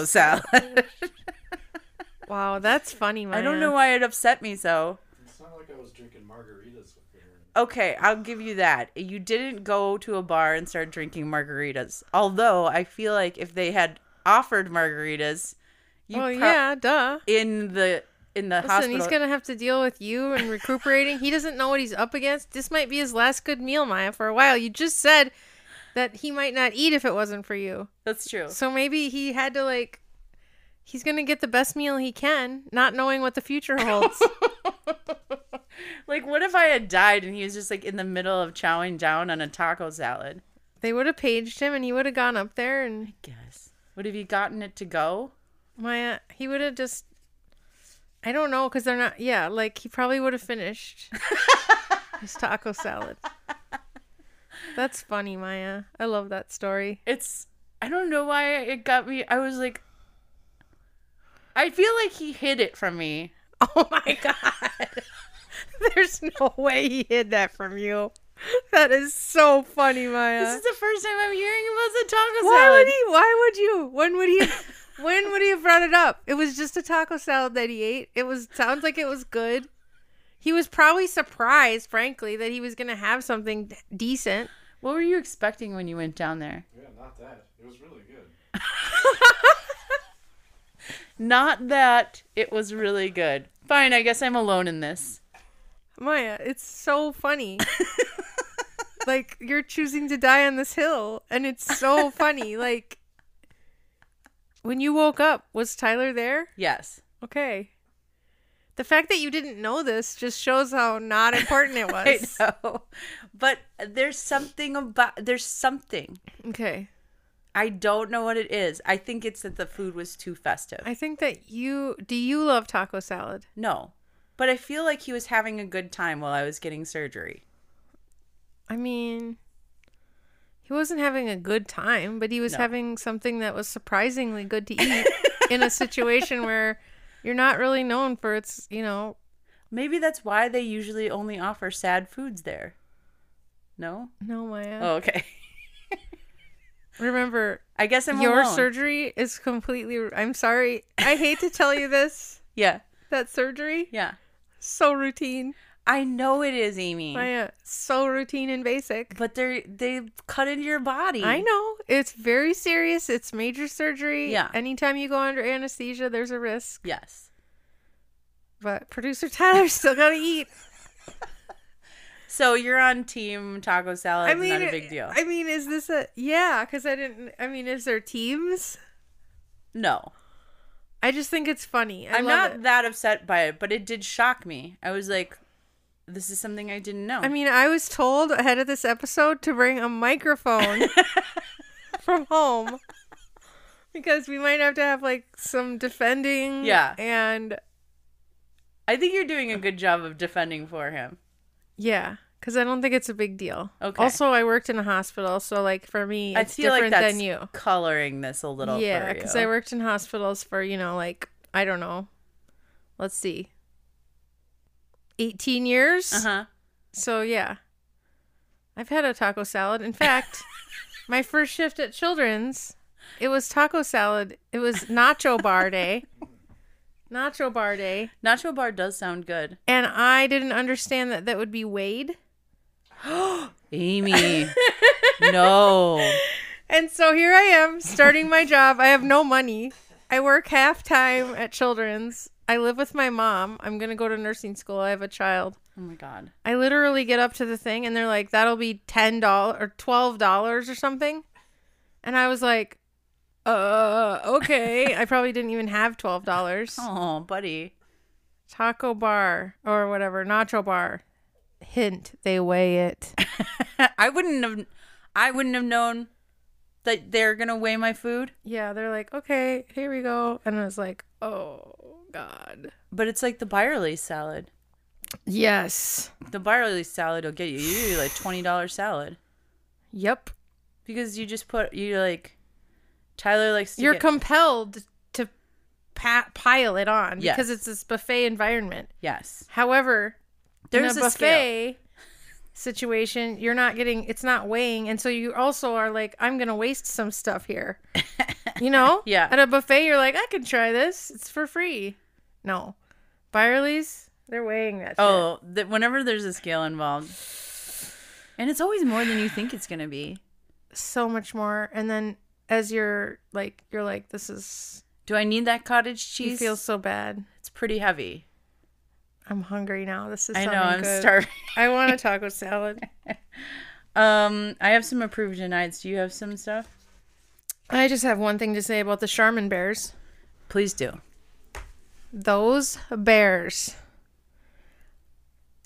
taco salad. Wow, that's funny, Maya. I don't know why it upset me so. It's not like I was drinking margaritas with her. Okay, I'll give you that. You didn't go to a bar and start drinking margaritas. Although I feel like if they had offered margaritas, you Well, prob- yeah, duh. in the in the Listen, hospital. he's gonna have to deal with you and recuperating. he doesn't know what he's up against. This might be his last good meal, Maya, for a while. You just said that he might not eat if it wasn't for you. That's true. So maybe he had to like he's going to get the best meal he can, not knowing what the future holds. Like, what if I had died and he was just like in the middle of chowing down on a taco salad? they would have paged him and he would have gone up there and Guess. Would have you gotten it to go? Maya he would have just I don't know cuz they're not yeah, like he probably would have finished his taco salad. That's funny, Maya. I love that story. It's I don't know why it got me. I was like, I feel like he hid it from me. Oh my god. There's no way he hid that from you. That is so funny, Maya. This is the first time I'm hearing about the taco Why salad. would he? Why would you? When would he? when would he have brought it up? It was just a taco salad that he ate. It was sounds like it was good. He was probably surprised, frankly, that he was gonna have something d- decent. What were you expecting when you went down there? Yeah, not that. It was really good. Not that it was really good. Fine, I guess I'm alone in this. Maya, it's so funny. like you're choosing to die on this hill, and it's so funny. Like when you woke up, was Tyler there? Yes. Okay. The fact that you didn't know this just shows how not important it I was. know. But there's something about there's something. Okay. I don't know what it is. I think it's that the food was too festive. I think that you do you love taco salad? no. But I feel like he was having a good time while I was getting surgery. I mean, he wasn't having a good time, but he was No. having something that was surprisingly good to eat in a situation where you're not really known for its, you know, Maybe that's why they usually only offer sad foods there. No? no Maya. Oh, okay. Remember, I guess I'm your alone. surgery is completely I'm sorry. I hate to tell you this, Yeah. that surgery Yeah. so routine. I know it is, Amy. Maya, so routine and basic. but they they cut into your body. I know. It's very serious. It's major surgery. Yeah. Anytime you go under anesthesia, there's a risk. Yes. But producer Tyler's still got to eat. So you're on team taco salad. I mean, not a big deal. I mean, is this a. Yeah, because I didn't. I mean, is there teams? no, I just think it's funny. I I'm love not it. that upset by it, but it did shock me. I was like, this is something I didn't know. I mean, I was told ahead of this episode to bring a microphone from home because we might have to have like some defending. Yeah. And I think you're doing a good job of defending for him. yeah, because I don't think it's a big deal. Okay. Also, I worked in a hospital, so like for me, I it's feel like different that's than you. coloring this a little. Yeah, for because you. I worked in hospitals for you know like I don't know, let's see, eighteen years. Uh huh. So yeah, I've had a taco salad. In fact, my first shift at Children's, it was taco salad. It was nacho bar day. Nacho bar day, Nacho bar does sound good. and I didn't understand that that would be weighed, Amy, no. and so here I am starting my job. I have no money. I work half time at Children's. I live with my mom. I'm gonna go to nursing school. I have a child. Oh my god. I literally get up to the thing and they're like, that'll be ten dollars or twelve dollars or something. And I was like, uh, okay. I probably didn't even have twelve dollars. Oh, buddy. Taco bar or whatever, nacho bar. Hint, they weigh it. I wouldn't have. I wouldn't have known that they're gonna weigh my food. yeah, they're like, okay, here we go. And I was like, oh God. But it's like the barley salad. Yes. The barley salad will get you usually like twenty dollar salad Yep. because you just put you like Tyler likes to You're get- compelled to pa- pile it on Yes. because it's this buffet environment. yes. However, There's in a, a, buffet. buffet situation, you're not getting it's not weighing, and so you also are like, I'm gonna waste some stuff here. you know? Yeah. At a buffet, you're like, I could try this. It's for free. No. Byerly's, they're weighing that. shit. Oh, that whenever there's a scale involved, and it's always more than you think it's gonna be. so much more. And then as you're like, you're like, this is. Do I need that cottage You cheese? feel so bad. it's pretty heavy. I'm hungry now. This is. I know. sounding I'm good. starving. I want a taco salad. Um, I have some approved denieds. Do you have some stuff? I just have one thing to say about the Charmin bears. Please do. those bears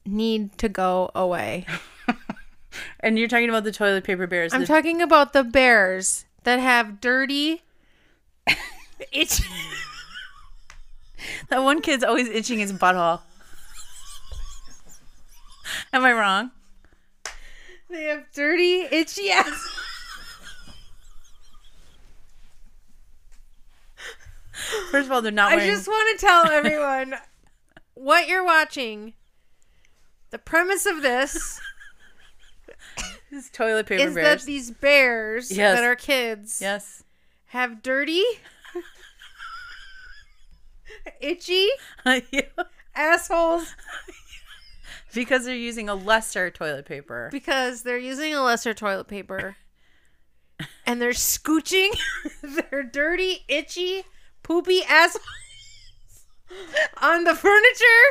need to go away. And you're talking about the toilet paper bears. I'm the- talking about the bears that have dirty. itch. that one kid's always itching his butthole. Am I wrong? They have dirty, itchy ass. First of all, they're not I wearing. just want to tell everyone what you're watching. The premise of this This is toilet paper is bears. that these bears Yes. that are kids yes. have dirty, itchy assholes because they're using a lesser toilet paper. because they're using a lesser toilet paper and they're scooching their dirty, itchy, poopy ass on the furniture,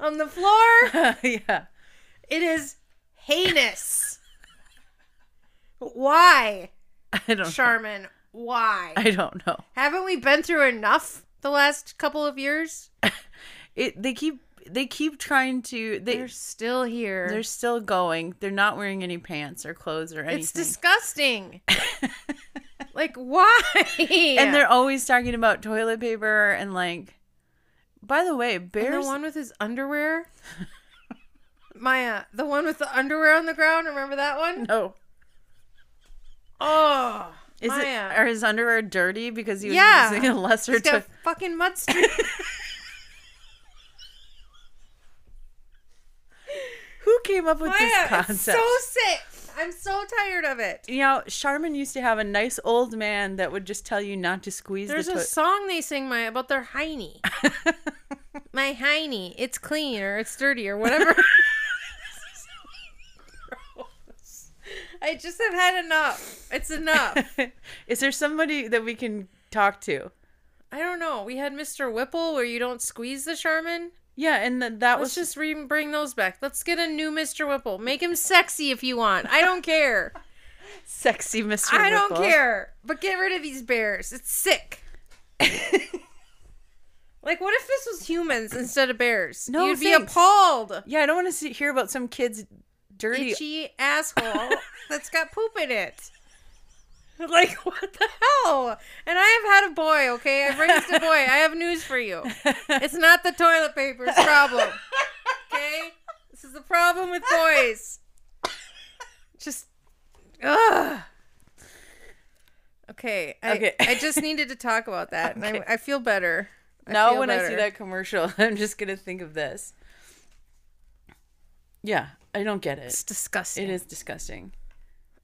on the floor. yeah. It is heinous. Why, I don't. Charmin? Why? I don't know. Haven't we been through enough the last couple of years? It. They keep. They keep trying to. They. They're still here. They're still going. They're not wearing any pants or clothes or anything. it's disgusting. like, why? And they're always talking about toilet paper and like. By the way, bears. And the one with his underwear. Maya, the one with the underwear on the ground. Remember that one? oh, Oh, is Maya. it? Are his underwear dirty because he was Yeah. using a lesser He's got toilet? fucking mud streak. Who came up with Maya, this it's concept? so sick. I'm so tired of it. you know, Charmin used to have a nice old man that would just tell you not to squeeze There's the a toilet. song they sing Maya about their hiney. my hiney. It's clean or it's dirty or whatever. I just have had enough. It's enough. Is there somebody that we can talk to? I don't know. We had Mr. Whipple where you don't squeeze the Charmin. Yeah, and th- that was Let's just re- bring those back. Let's get a new Mr. Whipple. Make him sexy if you want. I don't care. sexy, Mr. I don't Whipple. care. But get rid of these bears. It's sick. like, what if this was humans instead of bears? No, You'd be thanks. appalled. Yeah, I don't want to hear about some kid's dirty. Itchy asshole that's got poop in it. Like, what the hell? And I have had a boy, okay? I've raised a boy. I have news for you. It's not the toilet paper's problem. Okay? This is the problem with boys. Just ugh. Okay. I, Okay. I just needed to talk about that. and I, I feel better. I now feel when I see better. that commercial, I'm just gonna think of this. Yeah, I don't get it. it's disgusting. It is disgusting.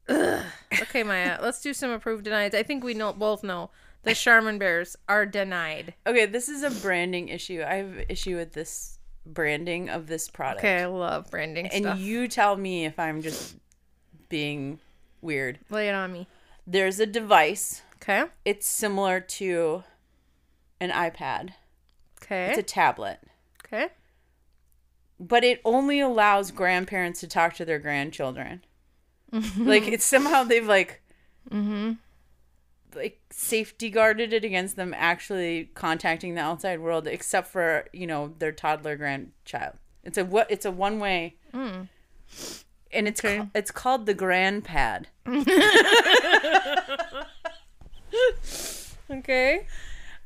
Okay, Maya, let's do some approved denied. I think we know both know the Charmin bears are denied. Okay, this is a branding issue. I have issue with this branding of this product. Okay, I love branding and stuff. you tell me if I'm just being weird. Lay it on me. There's a device. Okay. It's similar to an iPad. Okay. It's a tablet. okay. but it only allows grandparents to talk to their grandchildren. Like it's somehow they've like like safety guarded it against them actually contacting the outside world except for, you know, their toddler grandchild. It's a what it's a one way and it's ca- it's called the grandpad. Okay.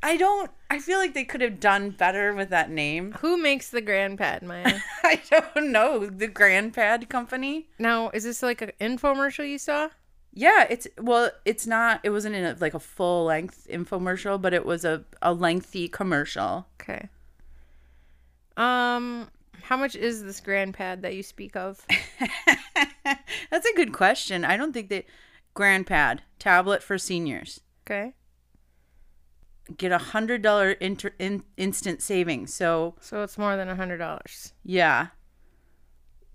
I don't I feel like they could have done better with that name. Who makes the grand pad, Maya? I don't know. The grandpad company? now, is this like an infomercial you saw? Yeah, it's well, it's not. It wasn't in a, like a full length infomercial, but it was a a lengthy commercial. Okay. Um, how much is this grand pad that you speak of? That's a good question. I don't think that GrandPad tablet for seniors Okay. get a hundred dollar inter, in, instant savings. So So it's more than a hundred dollars. yeah,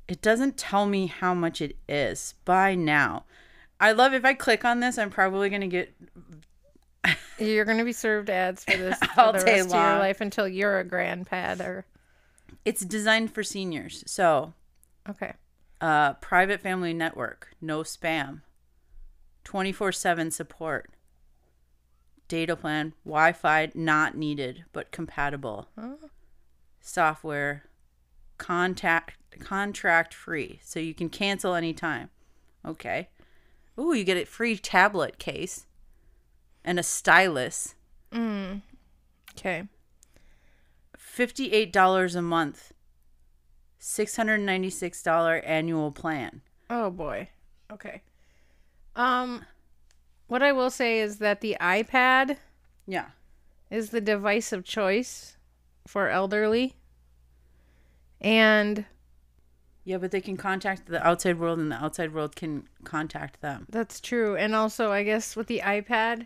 it doesn't tell me how much it is by now. I love if I click on this, I'm probably gonna get You're gonna be served ads for this All all the day rest of your long. life until you're a grand pad or it's designed for seniors. So okay. uh, private family network, no spam, 24 7 support, data plan, Wi Fi not needed but compatible, software, contact contract free, so you can cancel anytime. Okay. Ooh, you get a free tablet case and a stylus, Okay. $58 a month, $696 annual plan. Oh boy. Okay. Um what I will say is that the iPad Yeah. is the device of choice for elderly. And Yeah, but they can contact the outside world and the outside world can contact them. that's true. And also, I guess with the iPad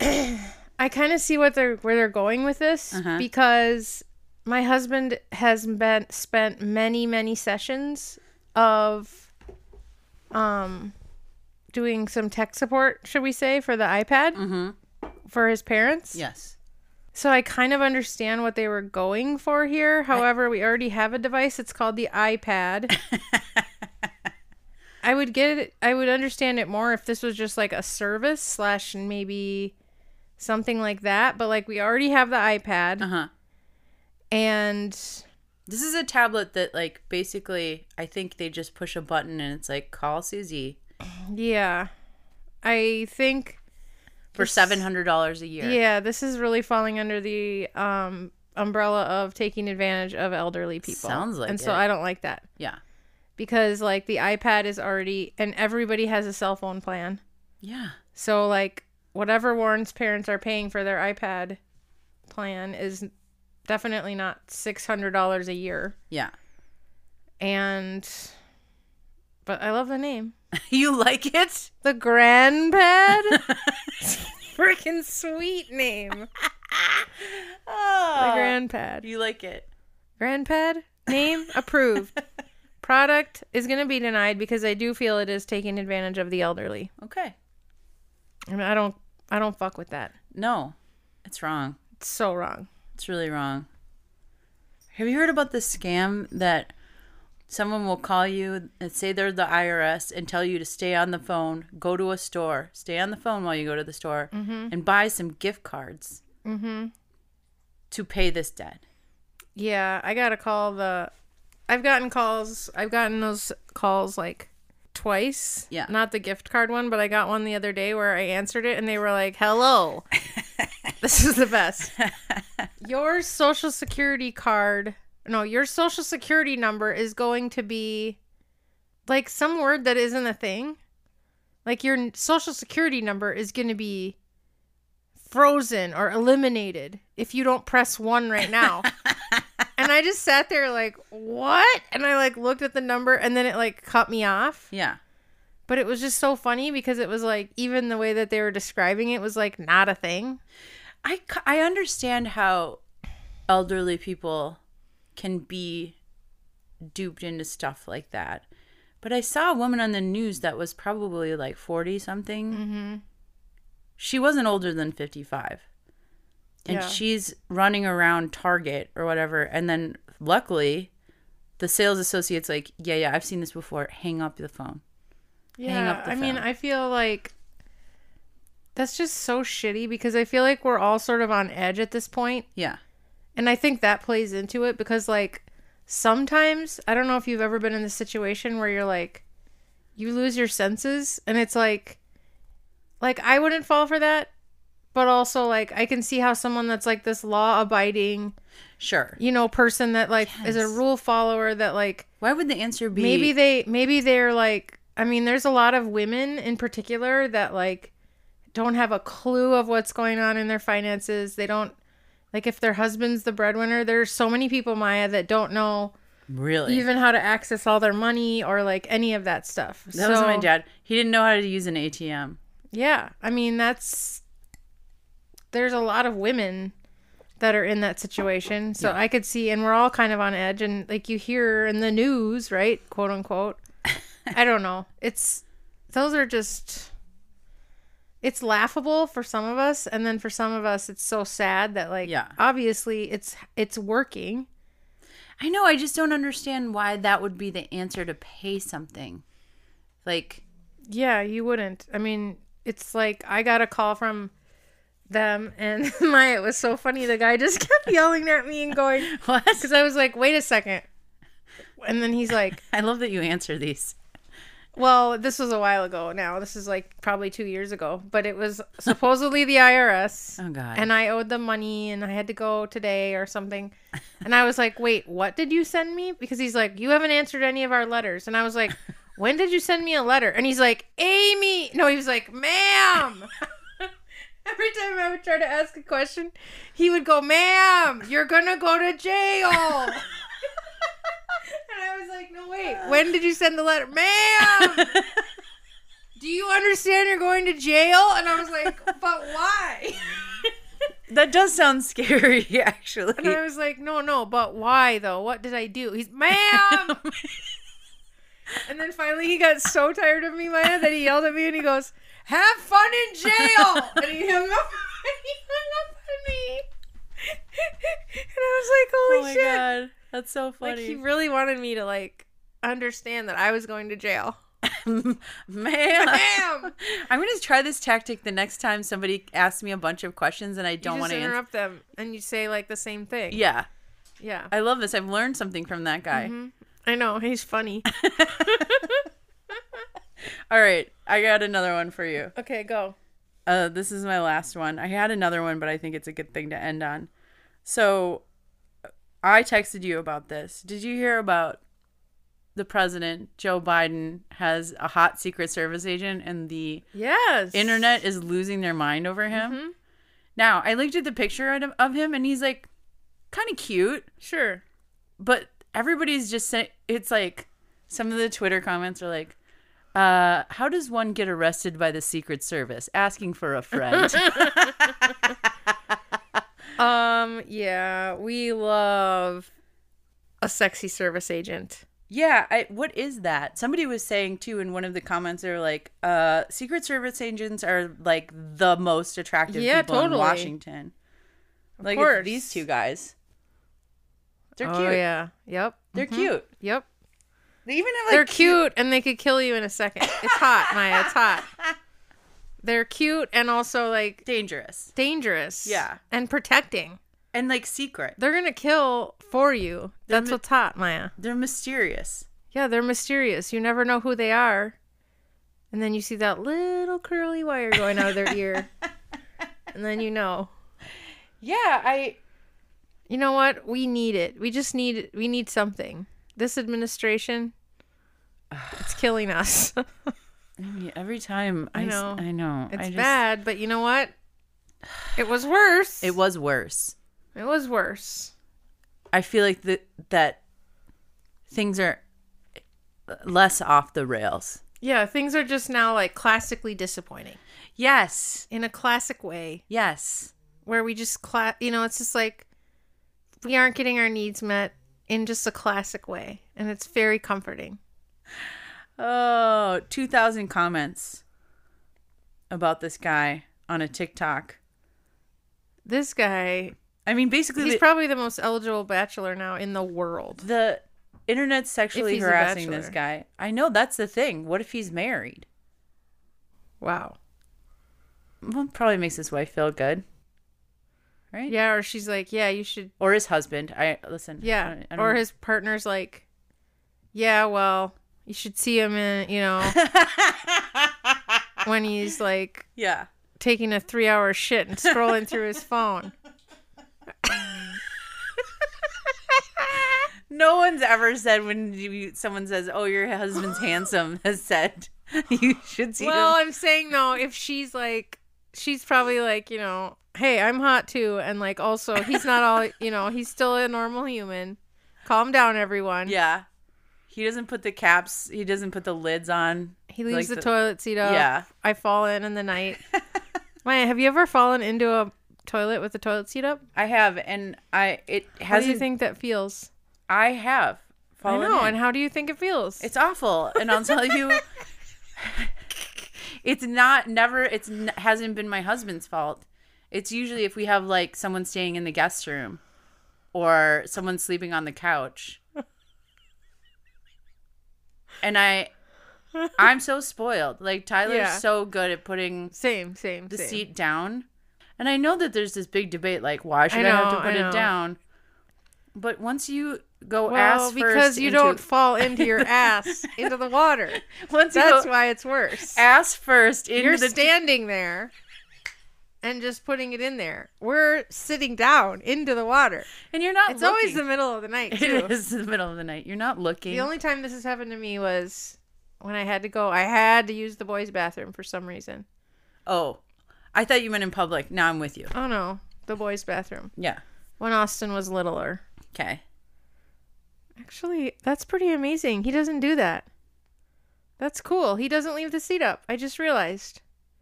I kind of see what they're where they're going with this Uh-huh. because my husband has been spent many many sessions of um doing some tech support, should we say, for the iPad Mhm. for his parents. Yes. So I kind of understand what they were going for here. However, we already have a device. It's called the iPad. I would get it. I would understand it more if this was just like a service slash maybe something like that. But like we already have the iPad, Uh huh. and This is a tablet that, like, basically, I think they just push a button and it's like, call Susie yeah, I think for This- $700 a year. yeah, this is really falling under the um umbrella of taking advantage of elderly people. Sounds like and so it. I don't like that. Yeah. because like the iPad is already and everybody has a cell phone plan. Yeah. So like whatever Warren's parents are paying for their iPad plan is definitely not $600 a year. Yeah. And but I love the name. you like it? The Grandpad? Freaking sweet name. Oh, Ah. The grandpad. you like it? Grandpad? Name approved. Product is going to be denied because I do feel it is taking advantage of the elderly. Okay. And I don't I don't fuck with that. No, it's wrong. It's so wrong. It's really wrong. Have you heard about the scam that someone will call you and say they're the IRS and tell you to stay on the phone, go to a store, stay on the phone while you go to the store, and buy some gift cards to pay this debt? Yeah, I got to call the I've gotten calls. I've gotten those calls like twice. Yeah. Not the gift card one, but I got one the other day where I answered it and they were like, "Hello." this is the best. Your social security card, no, your social security number is going to be like some word that isn't a thing. Like your n- social security number is going to be frozen or eliminated if you don't press 1 right now. and I just sat there like, "What?" And I like looked at the number and then it like cut me off. Yeah. But it was just so funny because it was like even the way that they were describing it was like not a thing. I, c- I understand how elderly people can be duped into stuff like that. But I saw a woman on the news that was probably like 40 something. Mm-hmm. She wasn't older than 55. And Yeah. she's running around Target or whatever. And then luckily, the sales associate's like, yeah, yeah, I've seen this before. Hang up the phone. hang up the I mean, phone. I feel like that's just so shitty because I feel like we're all sort of on edge at this point, Yeah. and I think that plays into it because like sometimes I don't know if you've ever been in this situation where you're like you lose your senses and it's like like I wouldn't fall for that, but also like I can see how someone that's like this law abiding, Sure. you know, person that like is a Yes. rule follower that like Why would the answer be maybe they maybe they're like i mean there's a lot of women in particular that like don't have a clue of what's going on in their finances they don't like if their husband's the breadwinner there's so many people maya that don't know really? even how to access all their money or like any of that stuff that was my dad. He didn't know how to use an ATM. yeah i mean that's there's a lot of women that are in that situation so i could see and we're all kind of on edge and like you hear in the news right quote unquote i don't know it's those are just it's laughable for some of us and then for some of us it's so sad that like Yeah. obviously it's it's working I know. I just don't understand why that would be the answer to pay something. Like, Yeah, you wouldn't. I mean, it's like I got a call from them, and my it was so funny. The guy just kept yelling at me and going, what? because I was like, wait a second. And then he's like, I love that you answer these. well, this was a while ago now. This is like probably two years ago, but it was supposedly the IRS. Oh, God. And I owed them money and I had to go today or something. And I was like, wait, what did you send me? Because he's like, you haven't answered any of our letters. And I was like, when did you send me a letter? And he's like, Amy. No, he was like, ma'am. Every time I would try to ask a question, he would go, ma'am, you're going to go to jail. And I was like, no, wait. When did you send the letter? Ma'am, do you understand you're going to jail? And I was like, but why? that does sound scary, actually. And I was like, no, no, but why though? What did I do? He's, ma'am. and then finally he got so tired of me, Maya, that he yelled at me and he goes, have fun in jail. And he hung up, he hung up on me. and I was like, holy shit. Oh, god, that's so Like, he really wanted me to, like, understand that I was going to jail. man. Ma'am. I'm gonna try this tactic the next time somebody asks me a bunch of questions and I You don't just want to answer. interrupt them and you say like the same thing. Yeah, Yeah. I love this. I've learned something from that guy. I know, he's funny. All right, I got another one for you. okay, go. Uh, this is my last one. I had another one, but I think it's a good thing to end on. So, uh, I texted you about this. Did you hear about the president, Joe Biden, has a hot Secret Service agent, and the Yes. internet is losing their mind over him? Now, I looked at the picture of- of him, and he's like kind of cute, Sure. but everybody's just saying it's like some of the Twitter comments are like, uh, how does one get arrested by the Secret Service? Asking for a friend. Um, yeah, we love a sexy service agent. Yeah, I, what is that? Somebody was saying too in one of the comments. They were like, uh, "Secret Service agents are like the most attractive Yeah, people in totally. Washington." Of like it's course. these two guys, they're oh, cute. yeah. Yep. They're Mhm. cute. Yep. They even have like They're cute and they could kill you in a second. It's hot, Maya. It's hot. They're cute and also like dangerous dangerous. Yeah. And protecting. and like secret. They're going to kill for you. That's mi- what's hot, Maya. They're mysterious. Yeah, they're mysterious. You never know who they are. And then you see that little curly wire going out of their ear. And then you know. Yeah, I You know what? We need it. We just need we need something. This administration it's killing us. Yeah, every time I, s- know. I know. It's I just- bad, but you know what? It was worse. It was worse. It was worse. I feel like that that things are uh, less off the rails. Yeah, things are just now like classically disappointing Yes. in a classic way Yes. where we just cla- you know, it's just like we aren't getting our needs met in just a classic way, and it's very comforting. Oh, 2000 comments about this guy on a TikTok. This guy, I mean, basically he's the, probably the most eligible bachelor now in the world. the internet's sexually he's a harassing this bachelor. guy. I know that's the thing. What if he's married? Wow. Well, probably makes his wife feel good. Right? Yeah, or she's like, yeah, you should. Or his husband. I listen. I Yeah, don't- I don't- or his partner's like, yeah, well, you should see him in, you know, when he's like Yeah. taking a three-hour shit and scrolling through his phone. No one's ever said when you, someone says, "Oh, your husband's handsome," has said you should see Well, him. I'm saying though, if she's like, she's probably like, you know, hey, I'm hot too, and like also he's not all, you know, he's still a normal human. Calm down, everyone. Yeah, he doesn't put the caps. He doesn't put the lids on. He leaves Like the, the- toilet seat up. Yeah. I fall in in the night. Maya, have you ever fallen into a toilet with the toilet seat up? I have, and I it How do you hasn't. think that feels? I have fallen. I know. in. And how do you think it feels? it's awful, and I'll tell you, it's not never. It's n- hasn't been my husband's fault. It's usually if we have like someone staying in the guest room, or someone sleeping on the couch. and I, I'm so spoiled. Like Tyler's Yeah. so good at putting same, same, the same. seat down. And I know that there's this big debate, like why should I, I have know, to I put know. it down? But once you go Well, ass because first you into- don't fall into your ass into the water. once you That's go why it's worse. ass first into You're the standing there and just putting it in there. We're sitting down into the water. and you're not. It's always the looking. middle of the night too. it is the middle of the night. You're not looking. The only time this has happened to me was when I had to go. I had to use the boys' bathroom for some reason. oh, I thought you meant in public. Now I'm with you. Oh no, the boys' bathroom Yeah. when Austin was littler. Okay. Actually, that's pretty amazing. He doesn't do that. That's cool. He doesn't leave the seat up. I just realized.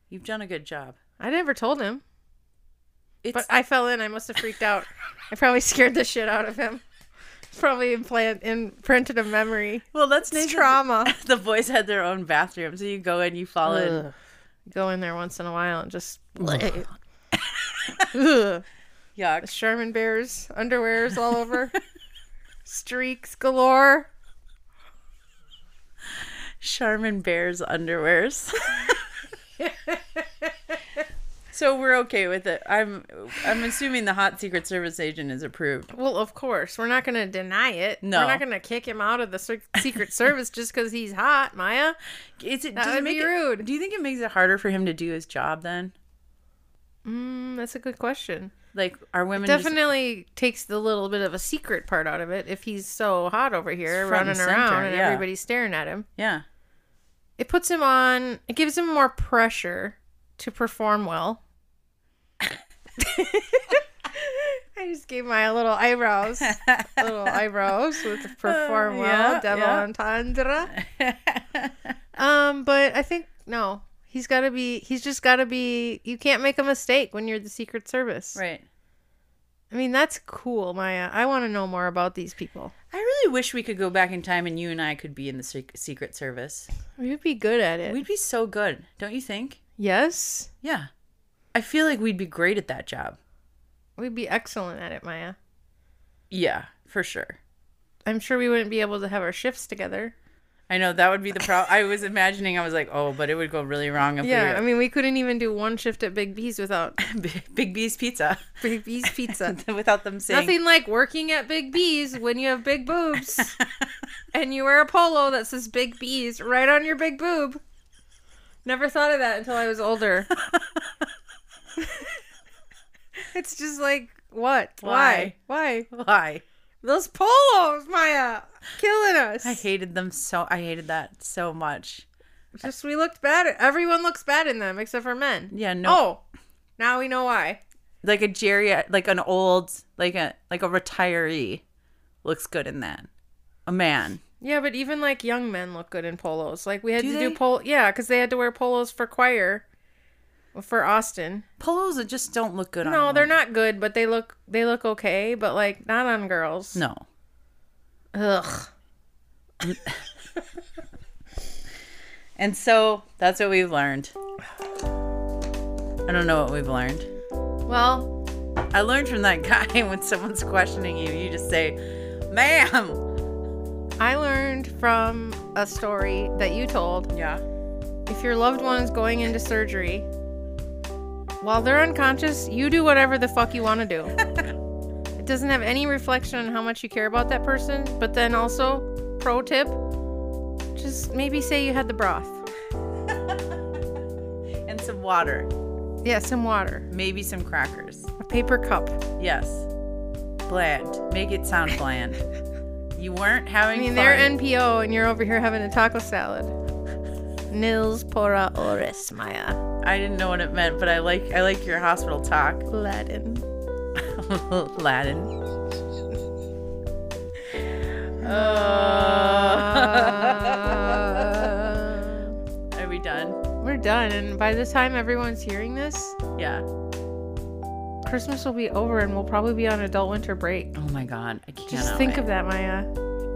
You've done a good job. I never told him, It's but I fell in. I must have freaked out. I probably scared the shit out of him. Probably implant imprinted a memory. well, that's It's nice. trauma. The boys had their own bathroom, so you go in, you fall in. Ugh. Go in there once in a while and just. Ugh. Yuck. Sherman Bears underwears all over, streaks galore. Charmin Bear's underwears. so we're okay with it. I'm I'm assuming the hot Secret Service agent is approved. Well, of course, we're not going to deny it. No. we're not going to kick him out of the Sec- Secret Service just because he's hot, Maya. Is it, That does it would make be it- rude. do you think it makes it harder for him to do his job then? Mm, that's a good question. Like are women just Definitely takes the little bit of a secret part out of it if he's so hot over here It's front running and center, around and yeah. everybody's staring at him. Yeah. It puts him on. It gives him more pressure to perform well. I just gave my little eyebrows, little eyebrows with the perform Uh, well, yeah, double yeah. entendre. Um, but I think no, he's got to be. He's just got to be. You can't make a mistake when you're the Secret Service. right. I mean, that's cool, Maya. I want to know more about these people. I really wish we could go back in time and you and I could be in the sec- Secret Service. We'd be good at it. We'd be so good, don't you think? yes, Yeah. I feel like we'd be great at that job. we'd be excellent at it, Maya. Yeah, for sure. I'm sure we wouldn't be able to have our shifts together. I know that would be the problem. I was imagining, I was like, oh, but it would go really wrong if Yeah, I we were mean, we couldn't even do one shift at Big B's without Big- Big B's Pizza Big B's Pizza. without them saying. Nothing like working at Big B's when you have big boobs and you wear a polo that says Big B's right on your big boob. Never thought of that until I was older. it's just like, what? Why? Why? Why? Those polos, Maya, killing us. I hated them so. I hated that so much. just we looked bad. Everyone looks bad in them except for men. Yeah, no. Oh, now we know why. Like a geriat, like an old, like a like a retiree, looks good in that. A man. Yeah, but even like young men look good in polos. Like we had Do to they? do pol yeah, because they had to wear polos for choir, for Austin. Polos that just don't look good on. No, a they're woman. not good, but they look they look okay. But like not on girls. No. Ugh. And so that's what we've learned. I don't know what we've learned. Well, I learned from that guy when someone's questioning you, you just say, ma'am. I learned from a story that you told. Yeah. If your loved one is going into surgery, while they're unconscious, you do whatever the fuck you want to do. it doesn't have any reflection on how much you care about that person. But then also, pro tip, just maybe say you had the broth. And some water, Yeah, some water, maybe some crackers. a paper cup. Yes. Bland. Make it sound bland. you weren't I having mean, fun. they're NPO, and you're over here having a taco salad. Nils pora oris maya I didn't know what it meant, but I like I like your hospital talk. Latin. Latin. Uh, Are we done? we're done, and by the time everyone's hearing this, Yeah. Christmas will be over, and we'll probably be on adult winter break. Oh my god. I can't. Just think of that, Maya.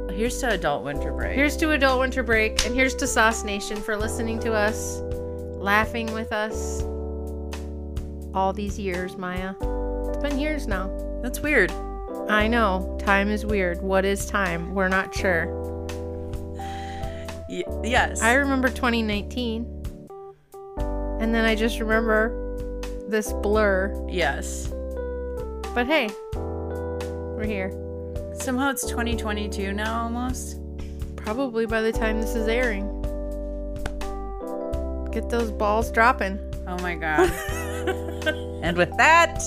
of Here's to adult winter break. Here's to adult winter break, and here's to Sauce Nation for listening to us, laughing with us, all these years, Maya. It's been years now. That's weird. I know. Time is weird. What is time? We're not sure. Y- yes. I remember 2019. And then I just remember this blur. yes. But hey, we're here. Somehow it's 2022 now almost. Probably by the time this is airing. Get those balls dropping. Oh my god. and with that,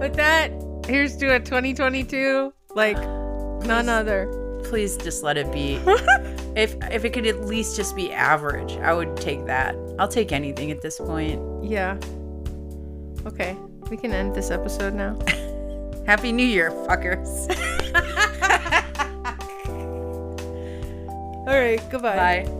With that, here's to a 2022 like none other. please just let it be. if if it could at least just be average, I would take that. I'll take anything at this point. Yeah. Okay, we can end this episode now. Happy New Year, fuckers. All right, goodbye. Bye.